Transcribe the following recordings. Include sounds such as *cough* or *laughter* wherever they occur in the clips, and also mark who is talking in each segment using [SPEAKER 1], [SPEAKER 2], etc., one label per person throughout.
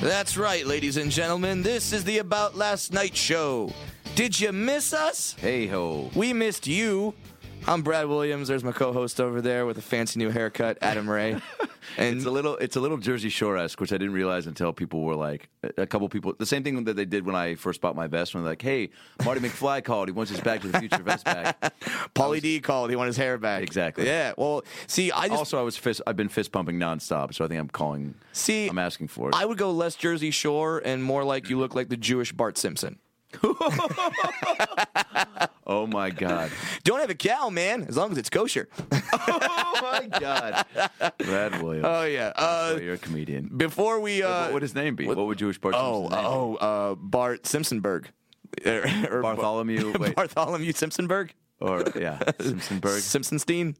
[SPEAKER 1] That's right, ladies and gentlemen. This is the About Last Night show. Did you miss us?
[SPEAKER 2] Hey ho.
[SPEAKER 1] We missed you. I'm Brad Williams. There's my co-host over there with a fancy new haircut, Adam Ray. And
[SPEAKER 2] It's a little it's a little Jersey Shore esque, which I didn't realize until people were like a a couple people the same thing that they did when I first bought my vest when they're like, Hey, Marty McFly called, he wants his back to the future
[SPEAKER 1] *laughs*
[SPEAKER 2] vest back.
[SPEAKER 1] Paulie D called. He wanted his hair back.
[SPEAKER 2] Exactly.
[SPEAKER 1] Yeah. Well, see, I just
[SPEAKER 2] Also I was fist I've been fist pumping nonstop, so I think I'm calling
[SPEAKER 1] see.
[SPEAKER 2] I'm asking for it.
[SPEAKER 1] I would go less Jersey Shore and more like you look like the Jewish Bart Simpson.
[SPEAKER 2] oh
[SPEAKER 1] *laughs*
[SPEAKER 2] my god.
[SPEAKER 1] Don't have a cow, man. As long as it's kosher.
[SPEAKER 2] oh my god. Brad Williams.
[SPEAKER 1] Oh yeah.
[SPEAKER 2] *laughs* Oh,
[SPEAKER 1] Uh,
[SPEAKER 2] you're a comedian.
[SPEAKER 1] before we, uh,
[SPEAKER 2] what would his name be? What, would Jewish Bart
[SPEAKER 1] oh,
[SPEAKER 2] Simpson's name be?
[SPEAKER 1] oh, uh, Bart Simpsonberg. *laughs* Or- or- *laughs*
[SPEAKER 2] Bartholomew wait,
[SPEAKER 1] Bartholomew Simpsonberg.
[SPEAKER 2] or yeah,
[SPEAKER 1] *laughs*
[SPEAKER 2] Simpsonberg.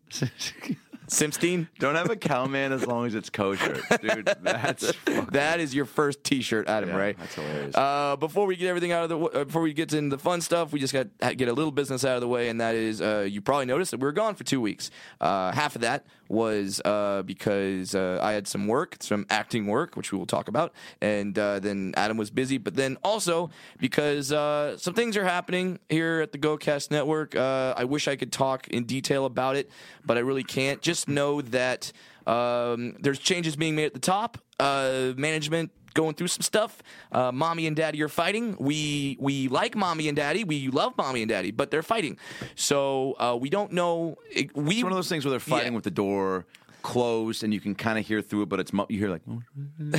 [SPEAKER 1] Simpsonstein. Simpstein.
[SPEAKER 2] Don't have a cow man as long as it's kosher, dude.
[SPEAKER 1] *laughs*
[SPEAKER 2] That's
[SPEAKER 1] That is your first T-shirt, Adam.
[SPEAKER 2] Yeah,
[SPEAKER 1] right?
[SPEAKER 2] that's hilarious.
[SPEAKER 1] Uh, before we get everything out of the w- uh, before we get into the fun stuff, we just got ha- get a little business out of the way, and that is uh, you probably noticed that we were gone for two weeks. Uh, half of that was uh, because uh, I had some work, some acting work, which we will talk about, and uh, then Adam was busy. But then also because uh, some things are happening here at the GoCast Network. Uh, I wish I could talk in detail about it, but I really can't. Just know that. Um, there's changes being made at the top. Uh, management going through some stuff. Uh, mommy and daddy are fighting. We we like mommy and daddy. We love mommy and daddy, but they're fighting. So uh, we don't know. It, we
[SPEAKER 2] It's one of those things where they're fighting
[SPEAKER 1] Yeah.
[SPEAKER 2] with the door closed and you can kind of hear through it, but it's mu- you hear like, *laughs* and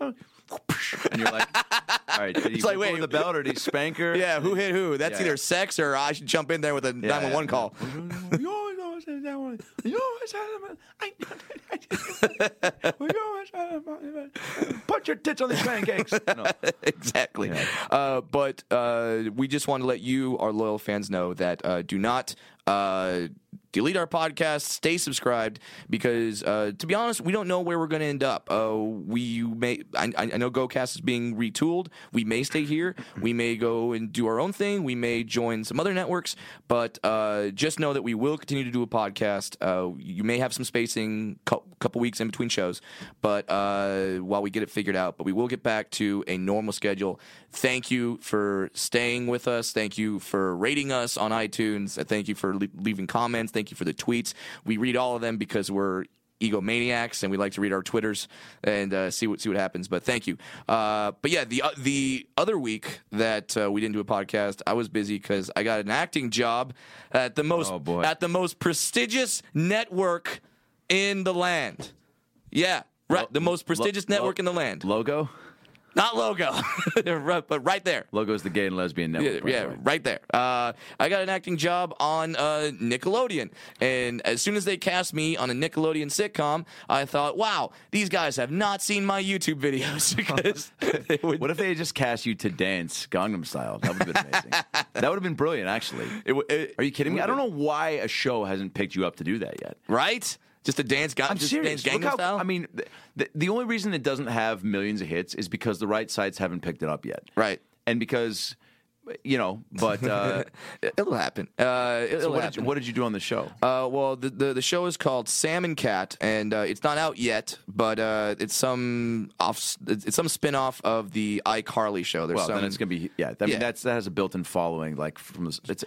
[SPEAKER 2] you're like, all right, did he
[SPEAKER 1] It's like,
[SPEAKER 2] wait,
[SPEAKER 1] wait,
[SPEAKER 2] the belt or did he *laughs* spank her?
[SPEAKER 1] yeah, who hit who? That's
[SPEAKER 2] Yeah,
[SPEAKER 1] either
[SPEAKER 2] yeah.
[SPEAKER 1] sex or I should jump in there with a
[SPEAKER 2] Yeah,
[SPEAKER 1] 911
[SPEAKER 2] yeah.
[SPEAKER 1] call.
[SPEAKER 2] You always know what's in that one. You always had them- I- I- I- *laughs* you always had them- Put your tits on these pancakes. No.
[SPEAKER 1] *laughs* exactly. Uh, but uh, we just want to let you, our loyal fans, know that uh, do not uh, delete our podcast. Stay subscribed because, uh, to be honest, we don't know where we're going to end up. Uh, we may. I, I I know GoCast is being retooled. We may stay here. We may go and do our own thing. We may join some other networks. But uh, just know that we will continue to do a podcast. Uh, you may have some spacing, cou- couple weeks in between shows, but uh, while we get it figured out, but we will get back to a normal schedule. Thank you for staying with us. Thank you for rating us on iTunes. Uh, Thank you for le- leaving comments. Thank you for the tweets. We read all of them because we're egomaniacs and we like to read our twitters and uh, see what see what happens. But thank you. Uh, but yeah, the uh, the other week that uh, we didn't do a podcast, I was busy because I got an acting job at the most
[SPEAKER 2] Oh, boy.
[SPEAKER 1] at the most prestigious network in the land. Yeah, right. the most prestigious
[SPEAKER 2] lo-
[SPEAKER 1] network in the land.
[SPEAKER 2] Logo?
[SPEAKER 1] Not logo, *laughs* Right, but right there.
[SPEAKER 2] Logo's the gay and lesbian network.
[SPEAKER 1] Yeah,
[SPEAKER 2] by the
[SPEAKER 1] yeah,
[SPEAKER 2] way.
[SPEAKER 1] right there. Uh, I got an acting job on uh, Nickelodeon, and as soon as they cast me on a Nickelodeon sitcom, I thought, "Wow, these guys have not seen my YouTube videos *laughs* because they would."
[SPEAKER 2] What if they had just cast you to dance Gangnam Style? That would have been *laughs* amazing. that would have been brilliant, actually.
[SPEAKER 1] It w- it-
[SPEAKER 2] Are you kidding me? I don't know why a show hasn't picked you up to do that yet.
[SPEAKER 1] right? Just a dance guy,
[SPEAKER 2] I'm
[SPEAKER 1] just
[SPEAKER 2] serious.
[SPEAKER 1] dance Gangnam
[SPEAKER 2] Look how-
[SPEAKER 1] style.
[SPEAKER 2] I mean, th- th- the only reason it doesn't have millions of hits is because the right sites haven't picked it up yet.
[SPEAKER 1] Right.
[SPEAKER 2] And because, you know, but *laughs* uh,
[SPEAKER 1] it'll happen. Uh, it'll
[SPEAKER 2] so what, did
[SPEAKER 1] happen.
[SPEAKER 2] you, what did you do on the show?
[SPEAKER 1] Uh, well, the, the the show is called Salmon Cat, and uh, it's not out yet, but uh, it's some off, it's some spinoff of the iCarly show. There's
[SPEAKER 2] well,
[SPEAKER 1] some,
[SPEAKER 2] then it's going to be, yeah. I mean,
[SPEAKER 1] Yeah.
[SPEAKER 2] That's, that has a built in following, like, from this. It's,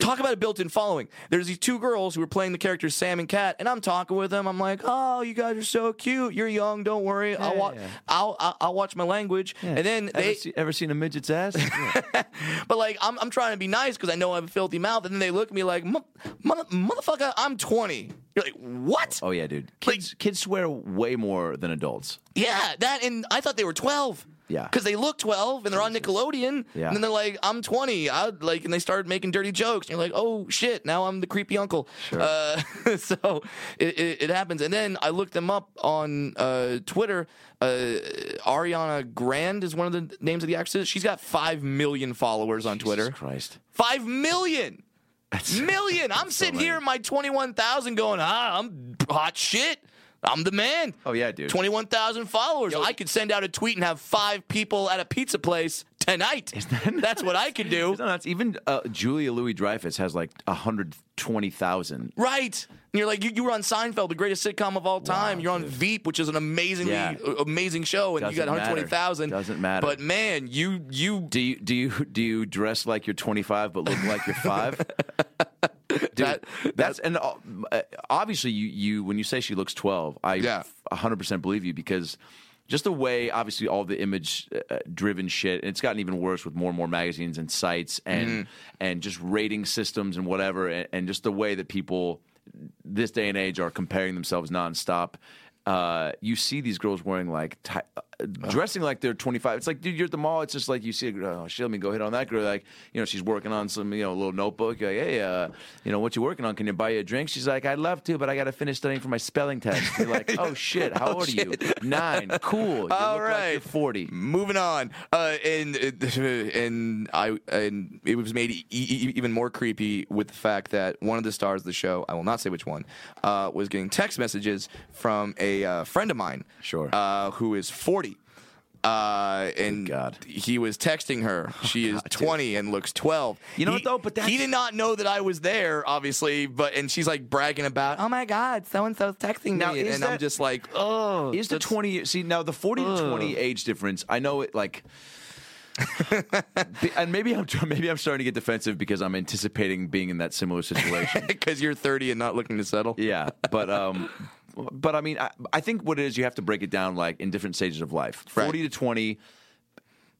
[SPEAKER 1] talk about a built-in following. There's these two girls who are playing the characters Sam and Kat, and I'm talking with them. I'm like, "Oh, you guys are so cute. You're young. Don't worry. I'll, wa-
[SPEAKER 2] Yeah.
[SPEAKER 1] I'll, I'll I'll watch my language." And then
[SPEAKER 2] ever,
[SPEAKER 1] they,
[SPEAKER 2] see- ever seen a midget's *laughs* ass? Yeah.
[SPEAKER 1] but like, I'm I'm trying to be nice because I know I have a filthy mouth, and then they look at me like, "Mo- mother- "Motherfucker, I'm 20." You're like, "What?"
[SPEAKER 2] oh, yeah, dude.
[SPEAKER 1] Like-
[SPEAKER 2] Kids, kids swear way more than adults.
[SPEAKER 1] Yeah, that and I thought they were 12.
[SPEAKER 2] Yeah.
[SPEAKER 1] Because they look 12 and they're on Nickelodeon.
[SPEAKER 2] Yeah.
[SPEAKER 1] And then they're like, I'm 20. I like, and they started making dirty jokes. And you're like, oh shit, now I'm the creepy uncle.
[SPEAKER 2] Sure.
[SPEAKER 1] Uh, *laughs* so it, it, it happens. And then I looked them up on uh, Twitter. Uh, Ariana Grande is one of the names of the actresses. She's got 5 million followers on Twitter.
[SPEAKER 2] Jesus Christ.
[SPEAKER 1] Five million. million. I'm sitting
[SPEAKER 2] many.
[SPEAKER 1] here in my 21,000 going, ah, I'm hot shit. I'm the man.
[SPEAKER 2] Oh, yeah, dude.
[SPEAKER 1] 21,000 followers. I could send out a tweet and have five people at a pizza place tonight. *laughs* That's what I could do.
[SPEAKER 2] No, that's even uh, Julia Louis Dreyfus has like hundred twenty thousand.
[SPEAKER 1] Right. And you're like, you, you were on Seinfeld, the greatest sitcom of all time. you're on Veep, which is an amazingly
[SPEAKER 2] Yeah.
[SPEAKER 1] uh, amazing show, and you
[SPEAKER 2] Doesn't
[SPEAKER 1] got 120,000.
[SPEAKER 2] matter. Doesn't matter.
[SPEAKER 1] But man, you you
[SPEAKER 2] Do you do you do you dress like you're 25 but look like
[SPEAKER 1] *laughs*
[SPEAKER 2] you're five? Dude,
[SPEAKER 1] That-
[SPEAKER 2] that's and uh, obviously you you when you say she looks 12, I
[SPEAKER 1] Yeah.
[SPEAKER 2] 100% believe you because just the way obviously all the image uh, driven shit and it's gotten even worse with more and more magazines and sites and
[SPEAKER 1] Mm-hmm.
[SPEAKER 2] and just rating systems and whatever and, and just the way that people this day and age are comparing themselves nonstop. Uh, you see these girls wearing like ti- uh, dressing like they're 25. It's like, dude, you're at the mall. It's just like you see a girl. Oh, shit, let me go hit on that girl. Like, you know, she's working on some, you know, little notebook. You're like, hey, uh, you know, what you working on? Can you buy you a drink? She's like, I'd love to, but I got to finish studying for my spelling test. You're like, oh shit, how old are you? Nine. Cool. You
[SPEAKER 1] All
[SPEAKER 2] look
[SPEAKER 1] right.
[SPEAKER 2] Like you're 40.
[SPEAKER 1] Moving on, uh, *laughs* and and I and it was made e- e- even more creepy with the fact that one of the stars of the show, I will not say which one, uh, was getting text messages from a uh, friend of mine,
[SPEAKER 2] Sure.
[SPEAKER 1] uh, who is forty. Uh, and
[SPEAKER 2] God.
[SPEAKER 1] he was texting her.
[SPEAKER 2] *laughs*
[SPEAKER 1] She is twenty and looks twelve.
[SPEAKER 2] You know
[SPEAKER 1] He-
[SPEAKER 2] what, though? But
[SPEAKER 1] he
[SPEAKER 2] that's-
[SPEAKER 1] did not know that I was there, obviously. But and she's like bragging about, oh my god, so and so's texting
[SPEAKER 2] Now,
[SPEAKER 1] me, and,
[SPEAKER 2] is
[SPEAKER 1] I'm
[SPEAKER 2] that-
[SPEAKER 1] just like, oh, *laughs*
[SPEAKER 2] Is the
[SPEAKER 1] that's-
[SPEAKER 2] 20 year, see now the 40 to 20 age difference? I know
[SPEAKER 1] *laughs*
[SPEAKER 2] it like and maybe I'm *laughs* maybe I'm starting to get defensive because I'm anticipating being in that
[SPEAKER 1] *laughs*
[SPEAKER 2] similar situation.
[SPEAKER 1] because you're 30 and not looking to settle.
[SPEAKER 2] yeah, but um but I mean I, I think what it is you have to break it down like in different stages of life.
[SPEAKER 1] Right.
[SPEAKER 2] 40 to 20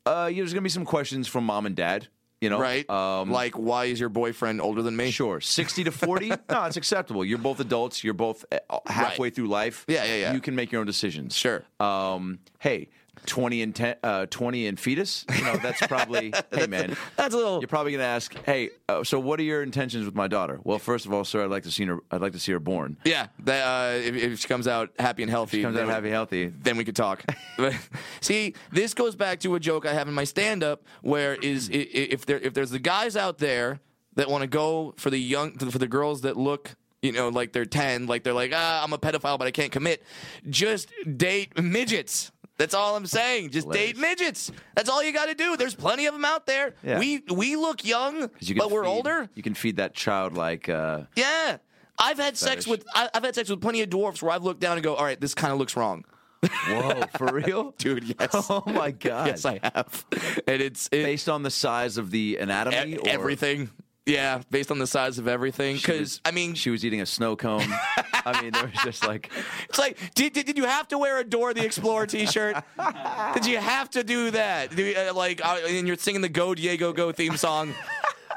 [SPEAKER 2] uh there's going to be some questions from mom and dad, you know.
[SPEAKER 1] Right?
[SPEAKER 2] Um
[SPEAKER 1] like, why is your boyfriend older than me?
[SPEAKER 2] Sure, sixty to
[SPEAKER 1] *laughs*
[SPEAKER 2] forty. no, it's acceptable. You're both adults. You're both uh, halfway through life.
[SPEAKER 1] Yeah, yeah, yeah.
[SPEAKER 2] You can make your own decisions.
[SPEAKER 1] Sure.
[SPEAKER 2] Um, hey, twenty and ten, uh, twenty and fetus. You know, that's probably.
[SPEAKER 1] *laughs*
[SPEAKER 2] hey, man,
[SPEAKER 1] That's a little.
[SPEAKER 2] you're probably gonna ask. Hey, uh, so what are your intentions with my daughter? Well, first of all, sir, I'd like to see her. I'd like to see her born.
[SPEAKER 1] Yeah. That, uh, if, if she comes out happy and healthy,
[SPEAKER 2] Comes
[SPEAKER 1] then
[SPEAKER 2] out
[SPEAKER 1] we-
[SPEAKER 2] happy, healthy.
[SPEAKER 1] Then we could talk.
[SPEAKER 2] *laughs*
[SPEAKER 1] See, this goes back to a joke I have in my stand up where is i- i- if there if there's the guys out there that want to go for the young for the girls that look you know like they're 10 like they're like ah I'm a pedophile but I can't commit just date midgets that's all I'm saying just date midgets that's all you got to do there's plenty of them out there
[SPEAKER 2] Yeah.
[SPEAKER 1] we we look young
[SPEAKER 2] 'Cause you can
[SPEAKER 1] but we're
[SPEAKER 2] feed-
[SPEAKER 1] older
[SPEAKER 2] You can feed that child
[SPEAKER 1] *laughs*
[SPEAKER 2] like. Uh,
[SPEAKER 1] yeah, I've had sex
[SPEAKER 2] Fetish.
[SPEAKER 1] with I, I've had sex with plenty of dwarfs where I've looked down and go, all right, this kind of looks wrong,
[SPEAKER 2] Whoa, for *laughs* real,
[SPEAKER 1] dude. *laughs* Yes,
[SPEAKER 2] Oh my *laughs* god.
[SPEAKER 1] yes, I have, *laughs* and it's it,
[SPEAKER 2] Based on the size of the anatomy,
[SPEAKER 1] e-
[SPEAKER 2] or
[SPEAKER 1] everything. Yeah, based on the size of everything.
[SPEAKER 2] She was-
[SPEAKER 1] Because I mean,
[SPEAKER 2] she was eating a snow cone. I mean, there was
[SPEAKER 1] *laughs*
[SPEAKER 2] just like
[SPEAKER 1] it's like, did, did, did you have to wear a Dora the Explorer T-shirt?
[SPEAKER 2] *laughs*
[SPEAKER 1] did you have to do that? Do you, uh, like, uh, and you're singing the Go Diego Go theme
[SPEAKER 2] *laughs*
[SPEAKER 1] song.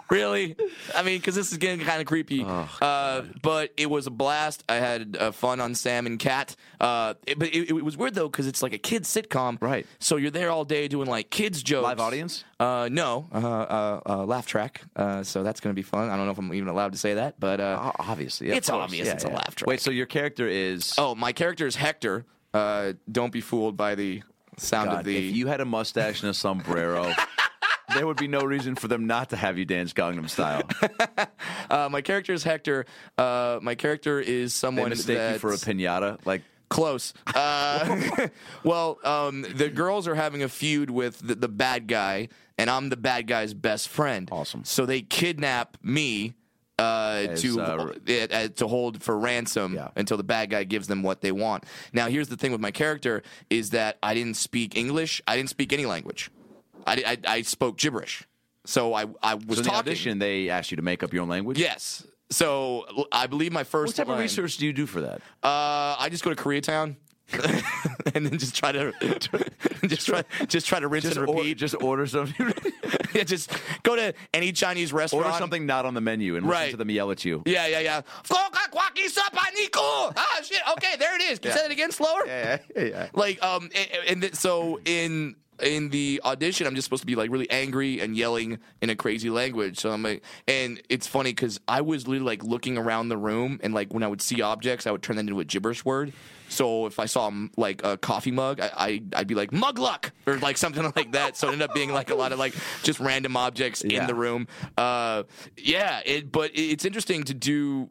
[SPEAKER 1] Really, I mean, because this is getting kind of creepy.
[SPEAKER 2] Oh,
[SPEAKER 1] uh, but it was a blast. I had uh, fun on Sam and Cat. Uh, it, but it, it was weird though because it's like a kids sitcom,
[SPEAKER 2] Right.
[SPEAKER 1] So you're there all day doing like kids jokes.
[SPEAKER 2] Live audience?
[SPEAKER 1] Uh, no, uh, uh, uh, laugh track. Uh, so that's gonna be fun. I don't know if I'm even allowed to say that, but uh,
[SPEAKER 2] O- Obviously, of
[SPEAKER 1] It's
[SPEAKER 2] course.
[SPEAKER 1] obvious it's a laugh track.
[SPEAKER 2] Wait, so your character is?
[SPEAKER 1] Oh, my character is Hector. Uh, don't be fooled by the sound of
[SPEAKER 2] God,
[SPEAKER 1] the.
[SPEAKER 2] if you had a mustache and
[SPEAKER 1] *laughs*
[SPEAKER 2] a sombrero, there would be no reason for them not to have you dance Gangnam
[SPEAKER 1] *laughs*
[SPEAKER 2] Style.
[SPEAKER 1] uh, my character is Hector. Uh, my character is
[SPEAKER 2] They
[SPEAKER 1] someone
[SPEAKER 2] mistake you for a
[SPEAKER 1] that's-
[SPEAKER 2] pinata. Like,
[SPEAKER 1] Close. Uh, *laughs* well, um, the girls are having a feud with the, the bad guy, and I'm the bad guy's best friend.
[SPEAKER 2] Awesome.
[SPEAKER 1] So they kidnap me uh,
[SPEAKER 2] As,
[SPEAKER 1] to
[SPEAKER 2] uh,
[SPEAKER 1] uh, uh, to hold for ransom
[SPEAKER 2] Yeah.
[SPEAKER 1] until the bad guy gives them what they want. Now, here's the thing with my character is that I didn't speak English. I didn't speak any language. I, di- I, I spoke gibberish. So I I was
[SPEAKER 2] so in the
[SPEAKER 1] talking.
[SPEAKER 2] audition, they asked you to make up your own language.
[SPEAKER 1] Yes. So l- I believe my first
[SPEAKER 2] What type of
[SPEAKER 1] line-
[SPEAKER 2] research do you do for that?
[SPEAKER 1] uh, I just go to Koreatown. *laughs* and then just try to *laughs* just try just try to rinse
[SPEAKER 2] Just,
[SPEAKER 1] and
[SPEAKER 2] or-
[SPEAKER 1] repeat.
[SPEAKER 2] just *laughs* order something.
[SPEAKER 1] *laughs* yeah, just go to any Chinese restaurant.
[SPEAKER 2] order something not on the menu and
[SPEAKER 1] Right.
[SPEAKER 2] listen to them yell at you.
[SPEAKER 1] Yeah, yeah, yeah. Ah, shit. Okay, there it is. Can you say it again slower?
[SPEAKER 2] Yeah, yeah, yeah.
[SPEAKER 1] Like, um, and, and th- so in in the audition, I'm just supposed to be like really angry and yelling in a crazy language. So I'm like, and it's funny because I was literally like looking around the room, and like when I would see objects, I would turn that into a gibberish word. So if I saw mm, like a coffee mug, I, I I'd be like mug luck or like something *laughs* like that. So it ended up being like a lot of like just random objects in
[SPEAKER 2] Yeah.
[SPEAKER 1] the room. Uh, yeah, it, but it- it's interesting to do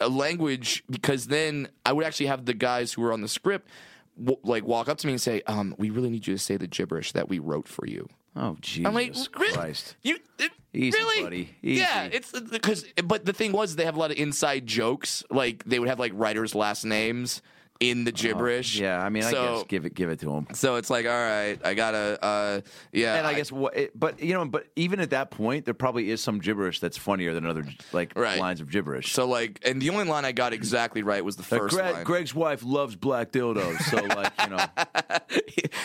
[SPEAKER 1] a language because then I would actually have the guys who were on the script w- like walk up to me and say, um, "We really need you to say the gibberish that we wrote for you."
[SPEAKER 2] Oh Jesus
[SPEAKER 1] I'm like, "Really?
[SPEAKER 2] Christ!
[SPEAKER 1] You it-
[SPEAKER 2] Easy,
[SPEAKER 1] really?
[SPEAKER 2] buddy. Easy.
[SPEAKER 1] Yeah, it's because. But the thing was, they have a lot of inside jokes. Like they would have like writers' last names in the gibberish.
[SPEAKER 2] Uh-huh. Yeah, I mean, I
[SPEAKER 1] so,
[SPEAKER 2] guess give it give it to him.
[SPEAKER 1] So it's like, all right, I gotta, uh, yeah.
[SPEAKER 2] And I guess what, it, but you know, but even at that point, there probably is some gibberish that's funnier than other like
[SPEAKER 1] Right.
[SPEAKER 2] lines of gibberish.
[SPEAKER 1] so like, and the only line I got exactly right was the
[SPEAKER 2] Like,
[SPEAKER 1] first
[SPEAKER 2] Greg,
[SPEAKER 1] line.
[SPEAKER 2] Greg's wife loves black dildos, so like
[SPEAKER 1] *laughs*
[SPEAKER 2] you know,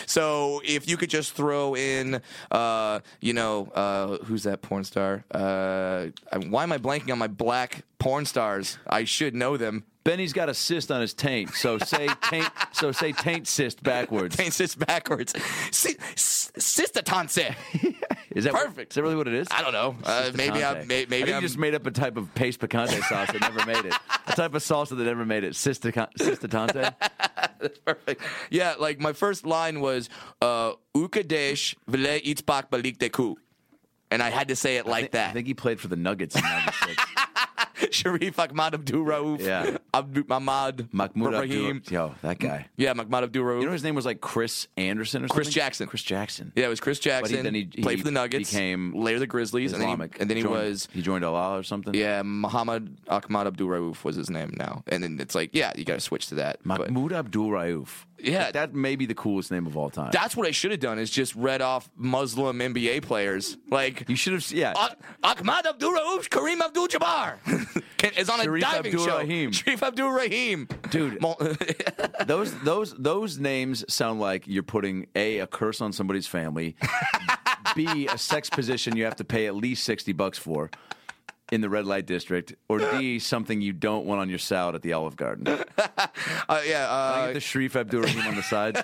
[SPEAKER 1] So if you could just throw in, uh, you know, uh, who's that porn star? Uh, I- why am I blanking on my black porn stars? I should know them. *laughs*
[SPEAKER 2] Benny's got a cyst on his taint, so say taint, so say taint cyst backwards.
[SPEAKER 1] Paints this backwards. Si- s- Sister Tanse.
[SPEAKER 2] Is that what-
[SPEAKER 1] Perfect.
[SPEAKER 2] is that really what it is?
[SPEAKER 1] I don't know. Uh,
[SPEAKER 2] Picante.
[SPEAKER 1] maybe I may,
[SPEAKER 2] I
[SPEAKER 1] maybe
[SPEAKER 2] think
[SPEAKER 1] I'm
[SPEAKER 2] you just made up a type of paste picante sauce that never made it. A type of salsa that never made it. Sister Tante.
[SPEAKER 1] perfect. Yeah, like my first line was uh, Ukadesh vle itzpak balik deku. And I had to say it like
[SPEAKER 2] I
[SPEAKER 1] *laughs* that.
[SPEAKER 2] think he played for the Nuggets in 96.
[SPEAKER 1] *laughs* Sharif Ahmad Abdul Rauf.
[SPEAKER 2] Yeah.
[SPEAKER 1] Abdul Mahmad.
[SPEAKER 2] Mahmoud
[SPEAKER 1] Rahim.
[SPEAKER 2] Abdul. Yo, that guy.
[SPEAKER 1] Yeah, Mahmad Abdul Rauf.
[SPEAKER 2] You know his name was like Chris Anderson or something?
[SPEAKER 1] Chris Jackson.
[SPEAKER 2] Chris Jackson.
[SPEAKER 1] Yeah, it was Chris Jackson.
[SPEAKER 2] then he-
[SPEAKER 1] played
[SPEAKER 2] he
[SPEAKER 1] for the Nuggets.
[SPEAKER 2] became
[SPEAKER 1] later the Grizzlies,
[SPEAKER 2] Islamic.
[SPEAKER 1] and then he, and then he
[SPEAKER 2] joined,
[SPEAKER 1] was
[SPEAKER 2] He joined Allah or something?
[SPEAKER 1] yeah Muhammad Ahmad Abdul Rauf was his name now, and then it's like yeah, you got to switch to that. but-
[SPEAKER 2] Mahmoud Abdul Rauf.
[SPEAKER 1] Yeah.
[SPEAKER 2] Like, that may be the coolest name of all time.
[SPEAKER 1] that's what I should have done is just read off Muslim NBA players like
[SPEAKER 2] you should have, yeah.
[SPEAKER 1] Ah- Ahmad Abdul Rauf, Kareem Abdul Jabbar *laughs* is on a
[SPEAKER 2] Sharif
[SPEAKER 1] diving show.
[SPEAKER 2] Abdul-Rahim.
[SPEAKER 1] Sharif Abdul Rahim, *laughs*
[SPEAKER 2] Dude.
[SPEAKER 1] Mo- uh,
[SPEAKER 2] those those those names sound like you're putting a a curse on somebody's family, b a sex position you have to pay at least sixty bucks for in the red light district, or d something you don't want on your salad at the Olive Garden. Can
[SPEAKER 1] uh, yeah.
[SPEAKER 2] I
[SPEAKER 1] Uh,
[SPEAKER 2] get the Sharif Abdurrahim on
[SPEAKER 1] *laughs*
[SPEAKER 2] the side.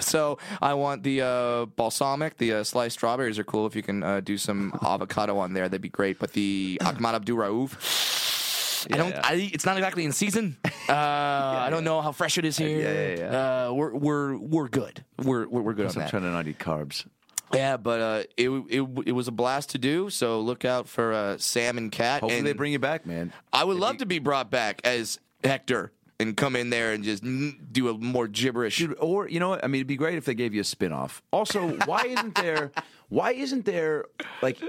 [SPEAKER 1] so I want the uh, balsamic. The uh, sliced strawberries are cool. If you can uh, do
[SPEAKER 2] *laughs*
[SPEAKER 1] some avocado on there, that'd be great. But
[SPEAKER 2] *clears throat*
[SPEAKER 1] the Ahmad Abdul Rauf. I don't.
[SPEAKER 2] yeah.
[SPEAKER 1] I, it's not exactly in
[SPEAKER 2] *laughs*
[SPEAKER 1] season. Uh, I don't know how fresh it is here.
[SPEAKER 2] yeah,
[SPEAKER 1] Uh, we're we're we're good. We're we're, we're good on
[SPEAKER 2] I'm
[SPEAKER 1] that.
[SPEAKER 2] trying to not eat carbs.
[SPEAKER 1] yeah, but uh, it, it it was a blast to do. So look out for uh, Sam and Cat.
[SPEAKER 2] Hopefully
[SPEAKER 1] and
[SPEAKER 2] they bring you back, man.
[SPEAKER 1] I would love to be brought back as Hector and come in there and just n- do a more gibberish.
[SPEAKER 2] Dude, or you know what? I mean, it'd be great if they gave you a spinoff. Also, why isn't there? Why isn't there like?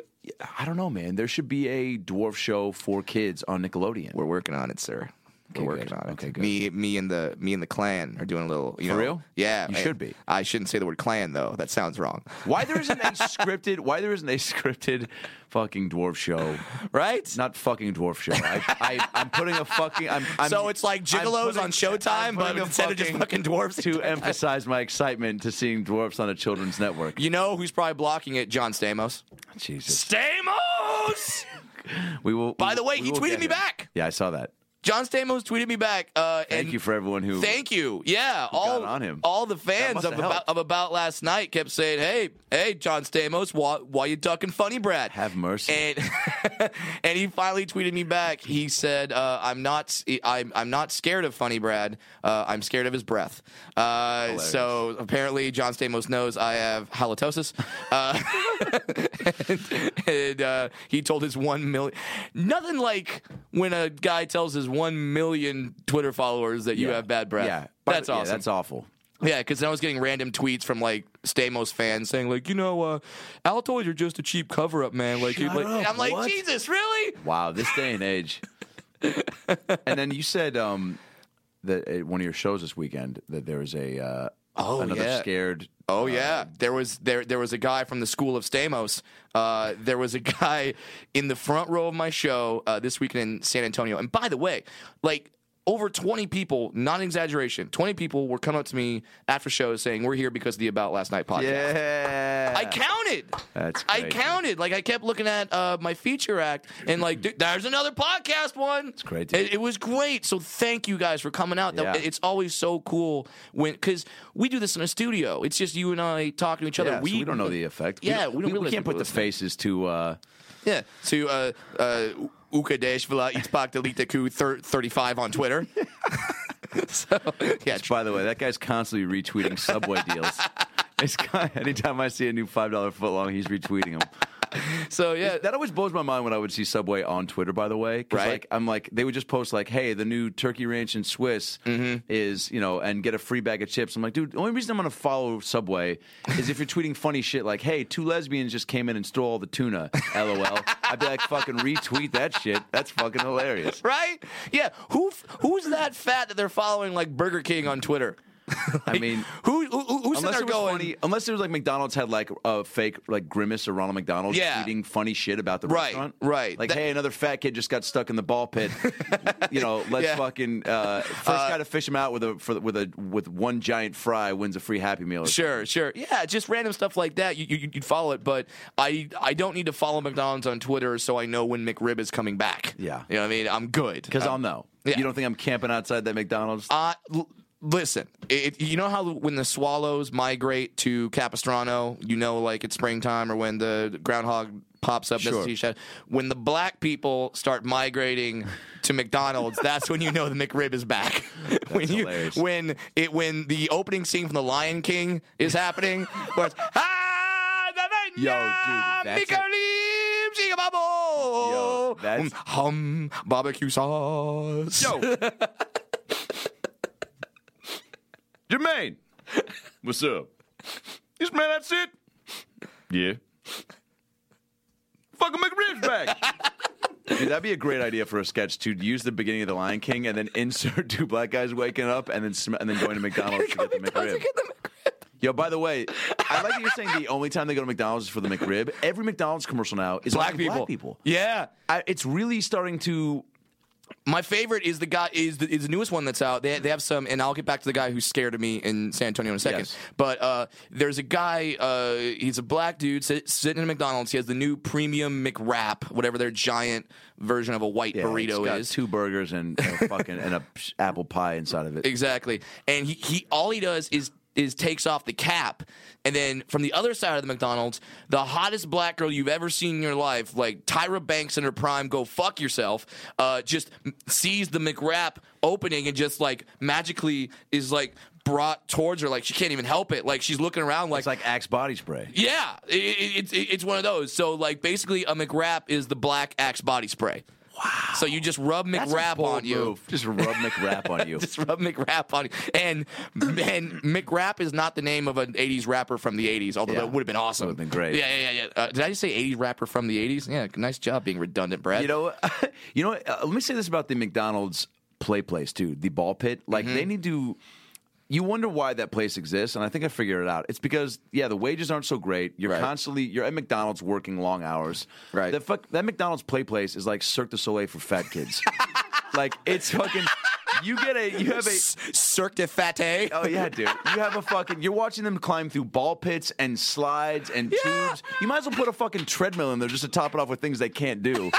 [SPEAKER 2] I don't know, man. There should be a dwarf show for kids on Nickelodeon.
[SPEAKER 1] We're working on it, sir.
[SPEAKER 2] Okay,
[SPEAKER 1] We're working
[SPEAKER 2] good.
[SPEAKER 1] on it.
[SPEAKER 2] Okay, good.
[SPEAKER 1] Me, me, and the me and the clan are doing a little. You
[SPEAKER 2] For
[SPEAKER 1] know,
[SPEAKER 2] real?
[SPEAKER 1] Yeah,
[SPEAKER 2] You
[SPEAKER 1] I-
[SPEAKER 2] should be.
[SPEAKER 1] I shouldn't say the word clan though. That sounds wrong,
[SPEAKER 2] Why there isn't a scripted? Why there isn't a scripted fucking dwarf show?
[SPEAKER 1] right?
[SPEAKER 2] Not fucking dwarf show. I, I, I'm putting a fucking. I'm, I'm
[SPEAKER 1] so it's like
[SPEAKER 2] I'm
[SPEAKER 1] gigolos
[SPEAKER 2] putting-
[SPEAKER 1] on Showtime,
[SPEAKER 2] I'm
[SPEAKER 1] but
[SPEAKER 2] putting a
[SPEAKER 1] instead of just fucking dwarves.
[SPEAKER 2] to emphasize my excitement to seeing dwarfs on a children's network.
[SPEAKER 1] you know who's probably blocking it? John Stamos.
[SPEAKER 2] Jesus,
[SPEAKER 1] Stamos.
[SPEAKER 2] we will.
[SPEAKER 1] By the way, he tweeted me back.
[SPEAKER 2] Yeah, I saw that.
[SPEAKER 1] John Stamos tweeted me back. Uh,
[SPEAKER 2] Thank
[SPEAKER 1] and
[SPEAKER 2] you for everyone who.
[SPEAKER 1] Thank you. Yeah, all
[SPEAKER 2] on him.
[SPEAKER 1] all the fans
[SPEAKER 2] must
[SPEAKER 1] of
[SPEAKER 2] have
[SPEAKER 1] about,
[SPEAKER 2] helped.
[SPEAKER 1] of about last night kept saying, "Hey, hey, John Stamos, why, why you ducking funny, Brad?
[SPEAKER 2] Have mercy.
[SPEAKER 1] And and *laughs* he finally tweeted me back. He said, uh, "I'm not I'm I'm not scared of funny Brad. Uh, I'm scared of his breath." Uh,
[SPEAKER 2] Hilarious.
[SPEAKER 1] so apparently, John Stamos knows I have
[SPEAKER 2] *laughs*
[SPEAKER 1] halitosis. Uh, *laughs* and uh, he told his one million. Nothing like when a guy tells his one million Twitter followers that you
[SPEAKER 2] Yeah.
[SPEAKER 1] have bad breath.
[SPEAKER 2] Yeah,
[SPEAKER 1] that's
[SPEAKER 2] yeah,
[SPEAKER 1] awesome.
[SPEAKER 2] that's awful.
[SPEAKER 1] Yeah, because I was getting random tweets from like Stamos fans saying like, you know, uh, Altoids are just a cheap cover up, man. Like, you,
[SPEAKER 2] Shut
[SPEAKER 1] like
[SPEAKER 2] up,
[SPEAKER 1] I'm like,
[SPEAKER 2] what?
[SPEAKER 1] Jesus, really?
[SPEAKER 2] Wow, this day
[SPEAKER 1] *laughs*
[SPEAKER 2] and age. and then you said um, that at one of your shows this weekend that there was a uh,
[SPEAKER 1] Oh,
[SPEAKER 2] another
[SPEAKER 1] yeah.
[SPEAKER 2] scared.
[SPEAKER 1] Oh yeah, there was there there was a guy from the school of Stamos. Uh, there was a *laughs* guy in the front row of my show uh, this weekend in San Antonio. And by the way, like over 20 people, not an exaggeration, 20 people were coming up to me after shows saying, We're here because of the About Last Night podcast.
[SPEAKER 2] Yeah.
[SPEAKER 1] I counted.
[SPEAKER 2] That's
[SPEAKER 1] I
[SPEAKER 2] crazy.
[SPEAKER 1] counted. Like I kept looking at uh, my feature act and like, dude, there's another podcast one. It's
[SPEAKER 2] great, dude.
[SPEAKER 1] It, it was great. So thank you guys for coming out. That-
[SPEAKER 2] Yeah.
[SPEAKER 1] It's always so cool when because we do this in a studio. It's just you and I talking to each other.
[SPEAKER 2] Yeah, so we, don't know the effect.
[SPEAKER 1] Yeah, we don't
[SPEAKER 2] We,
[SPEAKER 1] really
[SPEAKER 2] can't put the
[SPEAKER 1] listen to it.
[SPEAKER 2] faces to. Uh,
[SPEAKER 1] Yeah. To uh, uh, Ukadesh Vila Itzpak Delita Ku thir- 35 on Twitter.
[SPEAKER 2] *laughs*
[SPEAKER 1] *laughs* so, yeah.
[SPEAKER 2] by the way, that guy's constantly retweeting Subway
[SPEAKER 1] *laughs*
[SPEAKER 2] deals. It's kind anytime I see a new five dollar footlong, he's retweeting them.
[SPEAKER 1] So, yeah.
[SPEAKER 2] That always blows my mind when I would see Subway on Twitter. By the way, 'cause,
[SPEAKER 1] Right.
[SPEAKER 2] Like, I'm like, they would just post like, "Hey, the new turkey ranch and Swiss
[SPEAKER 1] Mm-hmm.
[SPEAKER 2] is you know," and get a free bag of chips. I'm like, dude, the only reason I'm gonna follow Subway is if you're tweeting funny shit like, "Hey, two lesbians just came in and stole all
[SPEAKER 1] *laughs*
[SPEAKER 2] the tuna." LOL. I'd be like, fucking retweet that shit. That's fucking hilarious.
[SPEAKER 1] Right? Yeah. Who f- Who's that fat that they're following like Burger King on Twitter?
[SPEAKER 2] I mean.
[SPEAKER 1] Who, who who's in
[SPEAKER 2] Unless
[SPEAKER 1] there
[SPEAKER 2] it was
[SPEAKER 1] going?
[SPEAKER 2] funny, unless it was like McDonald's had like a fake like grimace or Ronald McDonald
[SPEAKER 1] Yeah.
[SPEAKER 2] tweeting funny shit about the
[SPEAKER 1] Right,
[SPEAKER 2] restaurant,
[SPEAKER 1] right.
[SPEAKER 2] Like,
[SPEAKER 1] That-
[SPEAKER 2] hey, another fat kid just got stuck in the
[SPEAKER 1] *laughs*
[SPEAKER 2] ball pit. you know, let's
[SPEAKER 1] Yeah.
[SPEAKER 2] fucking uh, first guy to fish him out with a for, with a with one giant fry wins a free Happy Meal.
[SPEAKER 1] Sure, sure. Yeah, just random stuff like that. You, you, you'd follow it, but I, I don't need to follow McDonald's on Twitter so I know when McRib is coming back.
[SPEAKER 2] Yeah.
[SPEAKER 1] You know what I mean? I'm good.
[SPEAKER 2] because I'll know.
[SPEAKER 1] Uh, yeah.
[SPEAKER 2] You don't think I'm camping outside that McDonald's?
[SPEAKER 1] Uh, l- listen, it, you know how when the swallows migrate to Capistrano, you know, like it's springtime or when the groundhog pops up, that's
[SPEAKER 2] Sure.
[SPEAKER 1] the shadow. When the black people start migrating to
[SPEAKER 2] *laughs*
[SPEAKER 1] McDonald's, that's when you know the McRib is back. *laughs* when you
[SPEAKER 2] hilarious.
[SPEAKER 1] when it when the opening scene from The Lion King is
[SPEAKER 2] *laughs*
[SPEAKER 1] happening, where it's, ah, the
[SPEAKER 2] Yo,
[SPEAKER 1] menu,
[SPEAKER 2] dude, that's a-
[SPEAKER 1] McRib, Shigababo,
[SPEAKER 2] Yo, that's-
[SPEAKER 1] Um, hum barbecue sauce. *laughs*
[SPEAKER 2] Jermaine, what's up? This man, that's it. Yeah. Fucking
[SPEAKER 1] *laughs*
[SPEAKER 2] McRibs back. Dude, that'd be a great idea for a sketch to use the beginning of The Lion King and then insert *laughs* two black guys waking up and then sm- and then going
[SPEAKER 1] *laughs*
[SPEAKER 2] to McDonald's to get the McRib. Yo, by the way, I like that you're saying the only time they go to McDonald's is for the McRib. Every McDonald's commercial now is
[SPEAKER 1] black
[SPEAKER 2] about
[SPEAKER 1] people.
[SPEAKER 2] Black people.
[SPEAKER 1] Yeah.
[SPEAKER 2] I, it's really starting to.
[SPEAKER 1] My favorite is the guy is the, is the newest one that's out. They, they have some, and I'll get back to the guy who's scared of me in San Antonio in a second.
[SPEAKER 2] Yes.
[SPEAKER 1] But uh, there's a guy. Uh, he's a black dude sit, sitting in a McDonald's. He has the new premium McWrap, whatever their giant version of a white
[SPEAKER 2] Yeah, it's
[SPEAKER 1] burrito
[SPEAKER 2] got
[SPEAKER 1] is.
[SPEAKER 2] two burgers and *laughs* a fucking and a psh, apple pie inside of it.
[SPEAKER 1] Exactly. And he, he all he does is is takes off the cap and then from the other side of the McDonald's, the hottest black girl you've ever seen in your life, like Tyra Banks in her prime, go fuck yourself, uh, just m- sees the McWrap opening and just like magically is like brought towards her, like she can't even help it. Like she's looking around like,
[SPEAKER 2] It's like Axe body spray.
[SPEAKER 1] yeah, i- i- it's it, it's one of those. So like basically a McWrap is the black axe body spray. Wow. So you just rub
[SPEAKER 2] That's a
[SPEAKER 1] McWrap
[SPEAKER 2] bold
[SPEAKER 1] on you.
[SPEAKER 2] move. Just rub McWrap on *laughs* you.
[SPEAKER 1] Just rub McRap on it. And and McRap is not the name of an 80s rapper from the 80s, although
[SPEAKER 2] Yeah.
[SPEAKER 1] that would have been awesome.
[SPEAKER 2] Would've been great.
[SPEAKER 1] Yeah, yeah, yeah. yeah. Uh, did I just say 80s rapper from the 80s? Yeah, nice job being redundant, Brad.
[SPEAKER 2] You know, you know. what? *laughs* Uh, let me say this about the McDonald's play place too. The ball pit, like
[SPEAKER 1] Mm-hmm.
[SPEAKER 2] they need to. You wonder why that place exists, and I think I figured it out. It's because yeah, the wages aren't so great. You're
[SPEAKER 1] Right.
[SPEAKER 2] constantly you're at McDonald's working long hours.
[SPEAKER 1] Right.
[SPEAKER 2] That fuck that McDonald's play place is like Cirque du Soleil for fat kids. *laughs* like it's fucking. You get a you have a
[SPEAKER 1] S- Cirque de Fate.
[SPEAKER 2] Oh yeah, dude. You have a fucking. You're watching them climb through ball pits and slides and tubes. You might as well put a fucking treadmill in there just to top it off with things they can't do.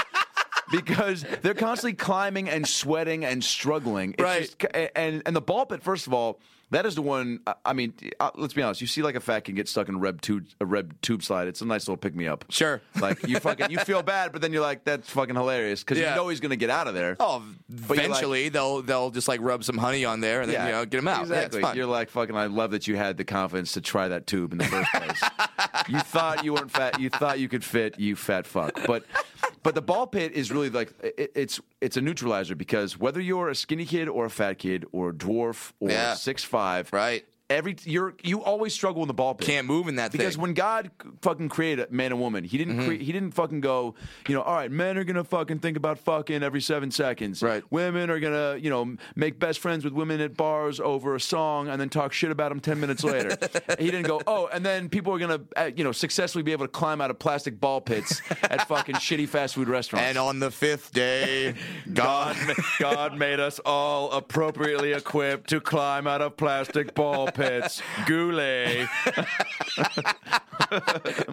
[SPEAKER 2] Because they're constantly climbing and sweating and struggling, It's
[SPEAKER 1] Right.
[SPEAKER 2] just- and and the ball pit. First of all, that is the one. I- I mean, uh, let's be honest. You see, like a fat can get stuck in reb tube, a reb tube slide. It's a nice little pick me up.
[SPEAKER 1] Sure.
[SPEAKER 2] Like you fucking, you feel bad, but then you're like, that's fucking hilarious because
[SPEAKER 1] Yeah.
[SPEAKER 2] you know he's gonna get out of there.
[SPEAKER 1] Oh,
[SPEAKER 2] you're
[SPEAKER 1] eventually they'll they'll just like rub some honey on there and then you know get them out. Yeah, it's
[SPEAKER 2] Exactly.
[SPEAKER 1] fine.
[SPEAKER 2] You're like fucking. I love that you had the confidence to try that tube in the
[SPEAKER 1] *laughs*
[SPEAKER 2] first place. you thought you weren't fat. You thought you could fit. You fat fuck. But but the ball pit is really like it, it's it's a neutralizer because whether you're a skinny kid or a fat kid or a dwarf or
[SPEAKER 1] Yeah.
[SPEAKER 2] six five,
[SPEAKER 1] Right.
[SPEAKER 2] every you're you always struggle in the ball pit.
[SPEAKER 1] Can't move in that
[SPEAKER 2] because
[SPEAKER 1] thing.
[SPEAKER 2] when God fucking created man and woman, he didn't cre- he didn't fucking go, you know, all right, men are gonna fucking think about fucking every seven seconds.
[SPEAKER 1] Right.
[SPEAKER 2] Women are gonna, you know, m- make best friends with women at bars over a song and then talk shit about them ten minutes *laughs* later. he didn't go, oh, and then people are gonna, uh, you know, successfully be able to climb out of plastic ball pits *laughs* at fucking shitty fast food restaurants.
[SPEAKER 1] and on the fifth
[SPEAKER 2] *laughs*
[SPEAKER 1] day, God.
[SPEAKER 2] God, God made us all appropriately equipped to climb out of plastic ball pits. Goulet.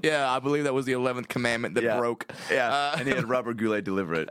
[SPEAKER 1] yeah, I believe that was the eleventh commandment that
[SPEAKER 2] Yeah.
[SPEAKER 1] broke.
[SPEAKER 2] Yeah, and he had Robert Goulet deliver *laughs* it.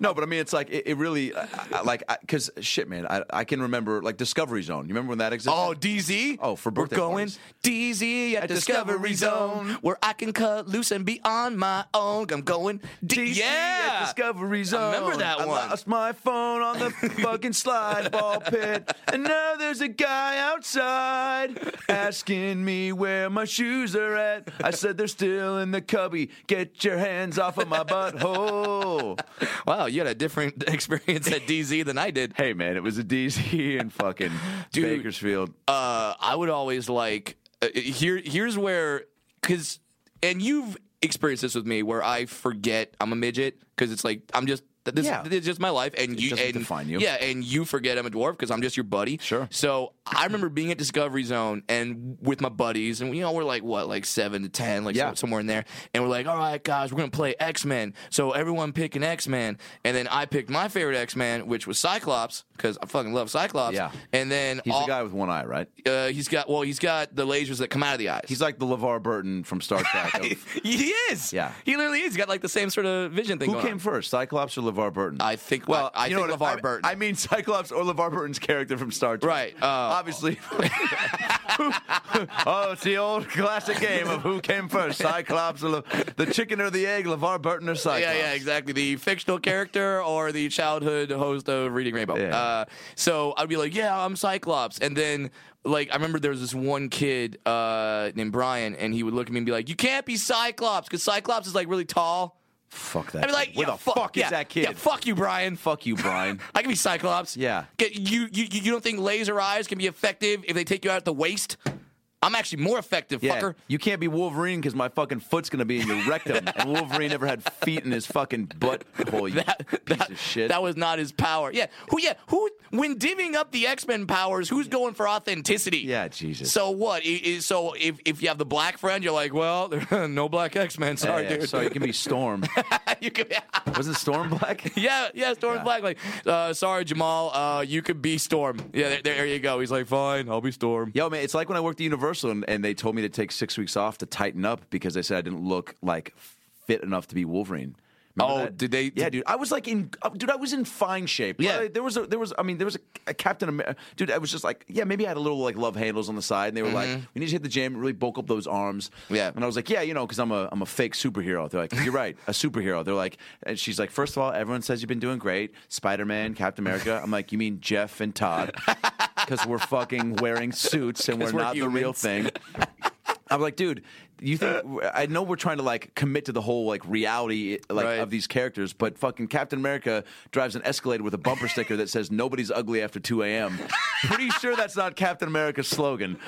[SPEAKER 2] no, but I mean, it's like it, it really, I, I- like, because shit, man, I, I can remember like Discovery Zone. You remember when that existed?
[SPEAKER 1] Oh, DZ.
[SPEAKER 2] Oh, for birthday
[SPEAKER 1] we're going
[SPEAKER 2] parties.
[SPEAKER 1] DZ at,
[SPEAKER 2] At
[SPEAKER 1] Discovery
[SPEAKER 2] Discovery
[SPEAKER 1] Zone,
[SPEAKER 2] Zone.
[SPEAKER 1] where I can cut loose and be on my own. I'm going D-
[SPEAKER 2] DC
[SPEAKER 1] yeah.
[SPEAKER 2] at Discovery Zone.
[SPEAKER 1] remember that
[SPEAKER 2] I
[SPEAKER 1] one.
[SPEAKER 2] lost my phone on *laughs* the fucking slide ball pit, and now there's a guy outside asking me where my shoes are at. I said they're still in the cubby. Get your hands off of my butthole.
[SPEAKER 1] Wow, you had a different *laughs* experience at DZ than I did.
[SPEAKER 2] *laughs* Hey man, it was a DC and fucking
[SPEAKER 1] Dude.
[SPEAKER 2] Bakersfield.
[SPEAKER 1] uh, I would always like uh, here. Here's where because and you've experienced this with me where I forget I'm a midget because it's like I'm just. th- This,
[SPEAKER 2] Yeah.
[SPEAKER 1] this is just my life, and you
[SPEAKER 2] doesn't
[SPEAKER 1] and
[SPEAKER 2] define you.
[SPEAKER 1] Yeah, and you forget I'm a dwarf because I'm just your buddy.
[SPEAKER 2] Sure.
[SPEAKER 1] So I remember being at Discovery Zone and with my buddies, and you know we're like what, like seven to ten, like
[SPEAKER 2] Yeah.
[SPEAKER 1] so- somewhere in there, and we're like, all right, guys, we're gonna play X Men. So everyone pick an X Men, and then I picked my favorite X Man, which was Cyclops because I fucking love Cyclops.
[SPEAKER 2] Yeah.
[SPEAKER 1] And then
[SPEAKER 2] He's
[SPEAKER 1] all,
[SPEAKER 2] the guy with one eye, right?
[SPEAKER 1] uh, he's got well, he's got the lasers that come out of the eyes.
[SPEAKER 2] He's like the LeVar Burton from Star
[SPEAKER 1] *laughs*
[SPEAKER 2] Trek. of-
[SPEAKER 1] he is.
[SPEAKER 2] Yeah.
[SPEAKER 1] he literally is. He's got like the same sort of vision thing.
[SPEAKER 2] who
[SPEAKER 1] going
[SPEAKER 2] came
[SPEAKER 1] on.
[SPEAKER 2] first, Cyclops or LeVar Burton?
[SPEAKER 1] I think. Well, I,
[SPEAKER 2] you know
[SPEAKER 1] think
[SPEAKER 2] what,
[SPEAKER 1] LeVar
[SPEAKER 2] I-
[SPEAKER 1] Burton.
[SPEAKER 2] I mean, Cyclops or LeVar Burton's character from Star Trek.
[SPEAKER 1] Right, uh,
[SPEAKER 2] Obviously. *laughs* oh, it's the old classic game of who came first, Cyclops or Le- the chicken or the egg, LeVar Burton or Cyclops.
[SPEAKER 1] yeah, yeah, exactly. The fictional character or the childhood host of Reading Rainbow.
[SPEAKER 2] Yeah.
[SPEAKER 1] Uh, so I'd be like, yeah, I'm Cyclops. And then, like, I remember there was this one kid uh, named Brian, and he would look at me and be like, you can't be Cyclops because Cyclops is like really tall.
[SPEAKER 2] Fuck that.
[SPEAKER 1] I'd be like,
[SPEAKER 2] where
[SPEAKER 1] yeah,
[SPEAKER 2] the fuck, is
[SPEAKER 1] yeah,
[SPEAKER 2] that kid?
[SPEAKER 1] Yeah, fuck you, Brian.
[SPEAKER 2] Fuck
[SPEAKER 1] *laughs*
[SPEAKER 2] you, Brian.
[SPEAKER 1] I can be Cyclops.
[SPEAKER 2] Yeah.
[SPEAKER 1] Get- you, you you don't think laser eyes can be effective if they take you out at the waist? I'm actually more effective,
[SPEAKER 2] Yeah,
[SPEAKER 1] fucker.
[SPEAKER 2] you can't be Wolverine because my fucking foot's gonna be in your
[SPEAKER 1] *laughs*
[SPEAKER 2] rectum, and Wolverine never had feet in his fucking butthole. You piece
[SPEAKER 1] That, *laughs*
[SPEAKER 2] of shit.
[SPEAKER 1] that was not his power. Yeah. Who yeah, who when divvying up the X-Men powers, who's going for authenticity?
[SPEAKER 2] yeah, Jesus.
[SPEAKER 1] So what? I- I- So if, if you have the black friend, you're like, well, *laughs* no black X Men. Sorry,
[SPEAKER 2] yeah, yeah,
[SPEAKER 1] dude.
[SPEAKER 2] So you can be Storm.
[SPEAKER 1] *laughs* you could, *laughs*
[SPEAKER 2] Wasn't Storm black?
[SPEAKER 1] yeah, yeah, Storm
[SPEAKER 2] Yeah.
[SPEAKER 1] Black. Like, uh, sorry, Jamal, uh, you could be Storm. Yeah, there, there you go. He's like, fine, I'll be Storm.
[SPEAKER 2] Yo, man, it's like when I worked at Universal and, and they told me to take six weeks off to tighten up because they said I didn't look like fit enough to be Wolverine. Remember
[SPEAKER 1] Oh,
[SPEAKER 2] that?
[SPEAKER 1] did they-
[SPEAKER 2] Yeah, dude, I was like in, uh, dude, I was in fine shape.
[SPEAKER 1] Yeah.
[SPEAKER 2] Like, there was a, there was, I mean, there was a, a Captain America, dude. I was just like, yeah, maybe I had a little like love handles on the side, and they were like, we need to hit the gym, really bulk up those arms.
[SPEAKER 1] Mm-hmm. Yeah.
[SPEAKER 2] and I was like, yeah, you know, because I'm a, I'm a fake superhero. They're like, you're right, a superhero. They're like, and she's like, first of all, everyone says you've been doing great, Spider Man, Captain America. I'm like, you mean Jeff
[SPEAKER 1] *laughs*
[SPEAKER 2] and Todd? Because we're fucking wearing suits and we're,
[SPEAKER 1] 'Cause we're
[SPEAKER 2] not the real
[SPEAKER 1] humans.
[SPEAKER 2] thing. I'm like, dude, you think I know we're trying to like commit to the whole like reality like
[SPEAKER 1] Right.
[SPEAKER 2] of these characters, but fucking Captain America drives an Escalade with a bumper sticker that says "Nobody's ugly after 2 a.m." Pretty sure that's not Captain America's slogan.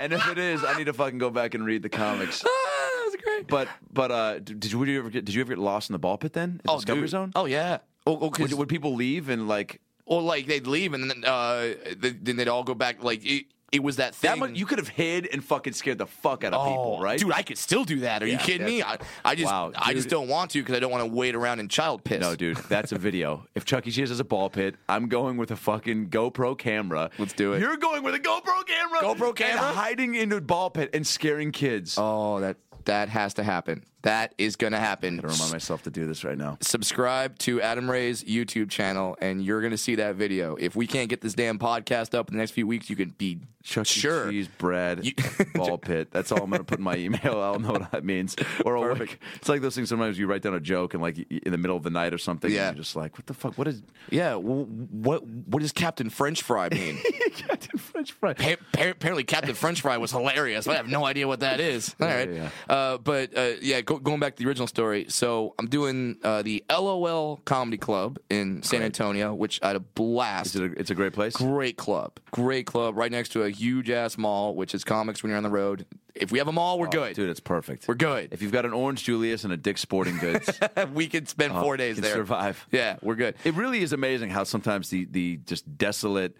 [SPEAKER 2] And if it is, I need to fucking go back and read the comics.
[SPEAKER 1] Ah, that was great.
[SPEAKER 2] But but uh, d- did you, would you ever get, did you ever get lost in the ball pit then? At
[SPEAKER 1] oh,
[SPEAKER 2] Discovery
[SPEAKER 1] dude.
[SPEAKER 2] Zone?
[SPEAKER 1] Oh yeah. Oh, oh, 'cause-
[SPEAKER 2] Would, would people leave and like
[SPEAKER 1] or like they'd leave and then uh, th- then they'd all go back. Like it, it was that thing.
[SPEAKER 2] that? Much, you could have hid and fucking scared the fuck out of people, right?
[SPEAKER 1] Dude, I could still do that. Are you
[SPEAKER 2] Yeah,
[SPEAKER 1] kidding me? I, I just
[SPEAKER 2] Wow,
[SPEAKER 1] I just
[SPEAKER 2] dude.
[SPEAKER 1] don't want to because I don't want to wait around in child piss.
[SPEAKER 2] No, dude,
[SPEAKER 1] *laughs*
[SPEAKER 2] that's a video. if Chuck E. Cheese has a ball pit, I'm going with a fucking GoPro camera.
[SPEAKER 1] Let's do it.
[SPEAKER 2] You're going with a GoPro camera.
[SPEAKER 1] GoPro
[SPEAKER 2] and
[SPEAKER 1] camera?
[SPEAKER 2] hiding in a ball pit and scaring kids.
[SPEAKER 1] Oh, that that has to happen. That is going to happen.
[SPEAKER 2] I remind myself to do this right now.
[SPEAKER 1] subscribe to Adam Ray's YouTube channel, and you're going to see that video. If we can't get this damn podcast up in the next few weeks, you can be
[SPEAKER 2] Chuck
[SPEAKER 1] sure.
[SPEAKER 2] E. Cheese, bread,
[SPEAKER 1] You- *laughs*
[SPEAKER 2] ball pit. That's all I'm gonna put in my email. I'll know what that means. Or I'll, like, it's like those things. Sometimes you write down a joke and like y- in the middle of the night or something. and
[SPEAKER 1] Yeah.
[SPEAKER 2] you're just like, what the fuck? What is *laughs*
[SPEAKER 1] Yeah, w- what what does Captain French Fry *laughs* mean?
[SPEAKER 2] Captain French fry?
[SPEAKER 1] Pa- pa- apparently Captain French Fry was hilarious. but I have no idea what that is. All right,
[SPEAKER 2] yeah,
[SPEAKER 1] Uh, but uh, yeah, go, going back to the original story. So I'm doing uh, the LOL Comedy Club in San Antonio, which I had a blast.
[SPEAKER 2] Is it a, it's a great place.
[SPEAKER 1] Great club. Great club. Right next to a huge ass mall, which is comics when you're on the road. If we have a mall, we're good.
[SPEAKER 2] Oh, Dude, it's perfect.
[SPEAKER 1] We're good.
[SPEAKER 2] If you've got an Orange Julius and a Dick's Sporting Goods,
[SPEAKER 1] *laughs* *laughs* we could spend four days
[SPEAKER 2] Oh, can
[SPEAKER 1] there.
[SPEAKER 2] survive.
[SPEAKER 1] Yeah, we're good.
[SPEAKER 2] it really is amazing how sometimes the the just desolate,